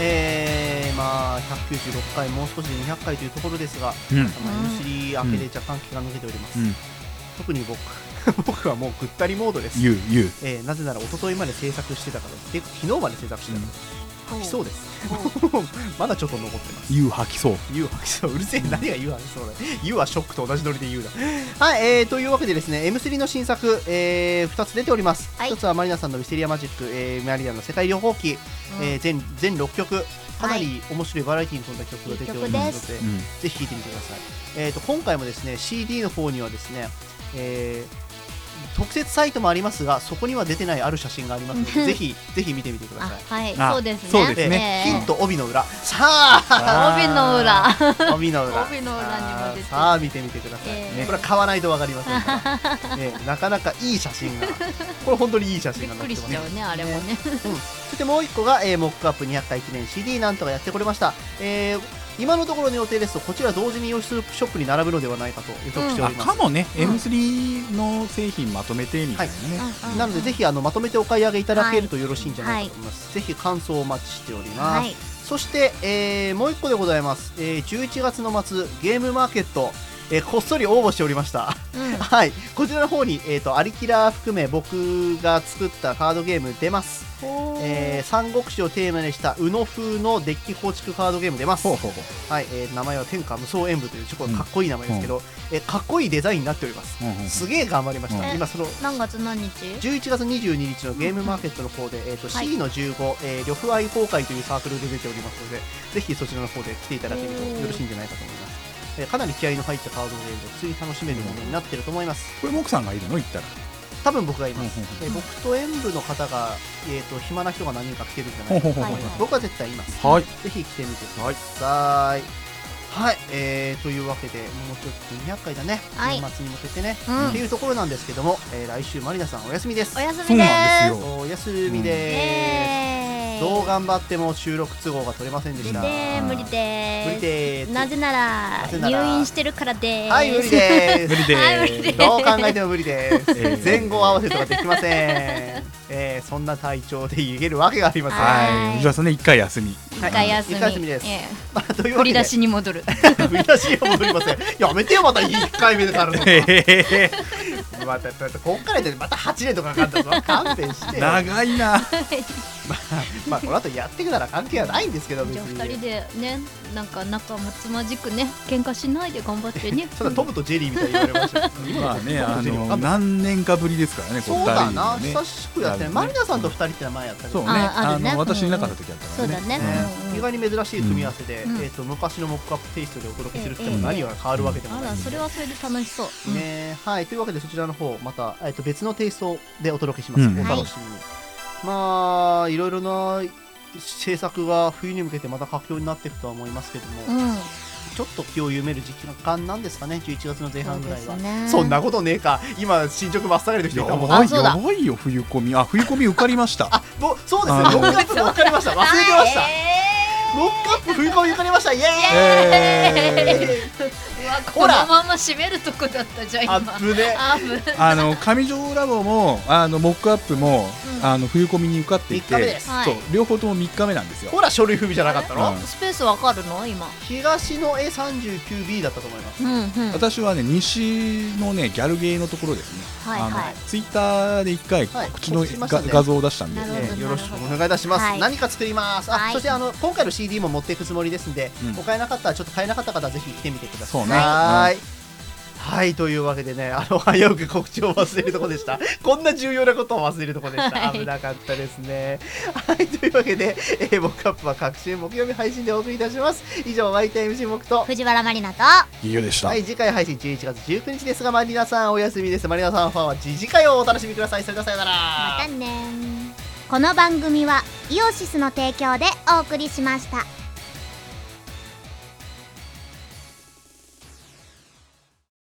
[SPEAKER 1] えー、まあ196回もう少しで200回というところですが、
[SPEAKER 2] うん
[SPEAKER 1] まあ M3 明けで若干気が抜けております、
[SPEAKER 2] うん
[SPEAKER 1] 特に僕 僕はもうぐったりモードです、
[SPEAKER 2] 言う言う
[SPEAKER 1] えーなぜなら一昨日まで制作してたからですで昨日まで制作してたから、吐きそうです、 まだちょっと残ってます
[SPEAKER 2] 言う吐きそう
[SPEAKER 1] 言う吐きそううるせえ何が言う吐きそうだ言うはショックと同じノリで言うだはい、えー、というわけでですね M3 の新作、え2つ出ております、
[SPEAKER 3] はい
[SPEAKER 1] 1つはマリナさんのミステリアマジック、えー、マリナの世界旅行記、
[SPEAKER 3] うん
[SPEAKER 1] えー全全6曲かなり面白いバラエティに富んだ曲が出ておりますので、
[SPEAKER 2] うん
[SPEAKER 1] ぜひ聴いてみてください、えー、と今回もですね CD の方にはですね、えー特設サイトもありますがそこには出てないある写真があり ますのでぜひぜひ見てみてくだ
[SPEAKER 3] あ
[SPEAKER 1] さい
[SPEAKER 3] はい
[SPEAKER 2] あ
[SPEAKER 3] そうですね
[SPEAKER 2] そうです
[SPEAKER 1] ね
[SPEAKER 3] ええ
[SPEAKER 1] ヒント帯の裏さあ
[SPEAKER 3] 帯の裏
[SPEAKER 1] 帯の裏
[SPEAKER 3] 帯の裏にも出てる
[SPEAKER 1] さあ見てみてください、
[SPEAKER 3] ええ
[SPEAKER 1] これは買わないと分かりませんから、ええなかなかいい写真がこれ本当にいい写
[SPEAKER 3] び
[SPEAKER 1] 真
[SPEAKER 3] っ
[SPEAKER 1] が載
[SPEAKER 3] く
[SPEAKER 1] って
[SPEAKER 3] り
[SPEAKER 1] ます
[SPEAKER 3] しちゃうねあれもね
[SPEAKER 1] そしてもう一個が、えーモックアップ200回記念 CD なんとかやってこれました、えー今のところの予定ですとこちら同時に洋室ショップに並ぶのではないかと予測してお
[SPEAKER 2] あ
[SPEAKER 1] ります、
[SPEAKER 2] かもね、M3 の製品まとめてみたいなね、
[SPEAKER 1] なのでぜひあのまとめてお買い上げいただけると
[SPEAKER 3] はい
[SPEAKER 1] よろしいんじゃないかと思います、ぜひ感想をお待ちしております、
[SPEAKER 3] はい
[SPEAKER 1] そして、えーもう一個でございます、えー11月の末ゲームマーケット、えーこっそり応募しておりました
[SPEAKER 3] う ん
[SPEAKER 1] はい、こちらの方に、えー、とアリキラー含め僕が作ったカードゲーム出ます、えー三国志をテーマにした宇野風のデッキ構築カードゲーム出ます
[SPEAKER 2] ほうほうほう
[SPEAKER 1] はいえー名前は天下無双演武というちょっとかっこいい名前ですけど、えーかっこいいデザインになっております、
[SPEAKER 2] うんうんうん
[SPEAKER 1] すげえ頑張りました、
[SPEAKER 3] うん
[SPEAKER 1] 今その
[SPEAKER 3] 何月何日
[SPEAKER 1] 11月22日のゲームマーケットの方で、えー、と
[SPEAKER 3] はい
[SPEAKER 1] C の15、えー、呂布愛崩壊というサークルで出ておりますので、ぜひそちらの方で来ていただけるとよろしいんじゃないかと思います。えーかなり気合いの入ったカードゲームで、普通に楽しめるものになってると思います。
[SPEAKER 2] これも奥さんがいるの言ったら、
[SPEAKER 1] 多分僕がいます。
[SPEAKER 2] ほうほ
[SPEAKER 1] えー僕と演舞の方が、えー、と暇な人が何人か来てるんじゃないか
[SPEAKER 2] うほう
[SPEAKER 1] と
[SPEAKER 2] ほう
[SPEAKER 1] 思います、僕は絶対います、
[SPEAKER 2] はい
[SPEAKER 1] ぜひ来てみてくださいはい、えー、というわけでもうちょっと200回だね、
[SPEAKER 3] はい
[SPEAKER 1] 年末に向けてね、
[SPEAKER 3] うん
[SPEAKER 1] っていうところなんですけども、えー来週まりなさんお休みです
[SPEAKER 3] お休
[SPEAKER 2] そう
[SPEAKER 3] みで
[SPEAKER 2] なんですよ
[SPEAKER 1] お休みです、
[SPEAKER 3] す
[SPEAKER 1] どう
[SPEAKER 3] 画
[SPEAKER 1] 頑張っても収録都合が取れませんでした
[SPEAKER 3] で無理
[SPEAKER 1] 無理
[SPEAKER 3] で
[SPEAKER 1] です
[SPEAKER 3] なぜな
[SPEAKER 1] な
[SPEAKER 3] ら
[SPEAKER 1] ぜなら
[SPEAKER 3] 入院してるからです
[SPEAKER 1] はい無理です
[SPEAKER 2] 無理で
[SPEAKER 1] どう考えても無理です、
[SPEAKER 2] えー
[SPEAKER 1] 前後合わせとかできません、えーそんな体調で言えるわけがありません
[SPEAKER 2] はい藤原さんね一回休み
[SPEAKER 3] 一回休み
[SPEAKER 1] 一回休みです
[SPEAKER 3] ええ
[SPEAKER 1] まあというわ
[SPEAKER 3] 振
[SPEAKER 1] け
[SPEAKER 3] り
[SPEAKER 1] で
[SPEAKER 3] 出しに戻る
[SPEAKER 1] 振り出しは戻りませんやめてよまた1回目でからねまたまたこっからやってまた8年とかかかったぞ勘弁してよ
[SPEAKER 2] 長いな
[SPEAKER 1] まあこの後やっていくなら関係はないんですけど別
[SPEAKER 3] じゃあ二人
[SPEAKER 1] に
[SPEAKER 3] でねなんか仲睦まじくね喧嘩しないで頑張ってね
[SPEAKER 1] そんなトムとジェリーみたいに言われましたけど今
[SPEAKER 2] まあねあ
[SPEAKER 1] ジェリーわか
[SPEAKER 2] の
[SPEAKER 1] んない
[SPEAKER 2] 何年かぶりですからねこ
[SPEAKER 1] そうだな
[SPEAKER 2] 二人
[SPEAKER 1] 久しくやってないマリナさんと2人って名前やったけ
[SPEAKER 2] そう
[SPEAKER 1] ど
[SPEAKER 2] ね
[SPEAKER 1] ね
[SPEAKER 3] あ
[SPEAKER 2] あ
[SPEAKER 3] あるね
[SPEAKER 2] の私いなかった時だったか
[SPEAKER 3] そ
[SPEAKER 2] ら
[SPEAKER 3] う
[SPEAKER 2] ね
[SPEAKER 3] だねうんうん
[SPEAKER 1] 意外に珍しい組み合わせで
[SPEAKER 3] うん
[SPEAKER 1] えーと昔のモックアップテイストでお届けするっても
[SPEAKER 3] うん
[SPEAKER 1] 何が変わるわけでも
[SPEAKER 3] あ
[SPEAKER 1] ない
[SPEAKER 3] らそれはそれで楽しそううん
[SPEAKER 1] ねはい、というわけでそちらの方また、えっと別のテイストでお届けします、
[SPEAKER 2] うん
[SPEAKER 1] お楽しみに、まあいろいろな制作が冬に向けてまた佳境になっていくとは思いますけども、
[SPEAKER 3] うん
[SPEAKER 1] ちょっと気を緩める時間なんですかね11月の前半ぐらいはそ,、
[SPEAKER 3] ね
[SPEAKER 1] んなことねえか今進捗真っ盛りの人いたもん
[SPEAKER 2] やば
[SPEAKER 3] あ
[SPEAKER 2] い
[SPEAKER 3] そうだ
[SPEAKER 2] やばいよ冬コミあ冬コミ受かりました
[SPEAKER 1] あぼそうですね
[SPEAKER 2] あー
[SPEAKER 1] 6月も分かりました忘れてましたロックアップ冬コミ受かりましたイエーイ、
[SPEAKER 2] え
[SPEAKER 3] うわこ
[SPEAKER 1] ほ
[SPEAKER 3] の
[SPEAKER 1] ら
[SPEAKER 3] まま閉めるとこだったじゃん今
[SPEAKER 1] アップね
[SPEAKER 3] あぶ
[SPEAKER 2] ーあの上条ラボもあのモックアップも
[SPEAKER 3] うん
[SPEAKER 2] あの冬コミに受かってい
[SPEAKER 1] 三日目
[SPEAKER 2] て
[SPEAKER 1] です
[SPEAKER 3] はい
[SPEAKER 2] そう両方とも三日目なんですよ
[SPEAKER 1] ほら書類不備じゃなかったの、
[SPEAKER 2] うん
[SPEAKER 3] スペースわかるの今
[SPEAKER 1] 東の A39B だったと思います
[SPEAKER 3] うんうん
[SPEAKER 2] 私はね西のねギャルゲーのところですね、
[SPEAKER 3] はいはい
[SPEAKER 2] あのツイッターで一回
[SPEAKER 1] はい
[SPEAKER 2] 告知の、
[SPEAKER 1] 告知しました
[SPEAKER 2] が
[SPEAKER 1] ね
[SPEAKER 2] 画像を出したんで
[SPEAKER 3] なるほど
[SPEAKER 1] えーよろしくお願いいたします、
[SPEAKER 3] はい
[SPEAKER 1] 何か作ります、
[SPEAKER 3] は
[SPEAKER 1] あ
[SPEAKER 3] い
[SPEAKER 1] そしてあの今回の CD も持っていくつもりですんで、
[SPEAKER 2] うん
[SPEAKER 1] お買えなかったらちょっと買えなかった方はぜひ来てみてください
[SPEAKER 2] そうね
[SPEAKER 1] はーいはいというわけでねあの 早く告知を忘れるとこでした こんな重要なことを忘れるとこでした、
[SPEAKER 3] はい
[SPEAKER 1] 危なかったですねはいというわけで「えー、モックアップ」は各週木曜日配信でお送りいたします以上ワイタイムシモクと
[SPEAKER 3] 藤原まりなと
[SPEAKER 2] いいよでした、
[SPEAKER 1] はい次回配信11月19日ですがマリナさんお休みですマリナさんファンは次次回をお楽しみくださいそれではさようなら
[SPEAKER 4] またねこの番組はイオシスの提供でお送りしました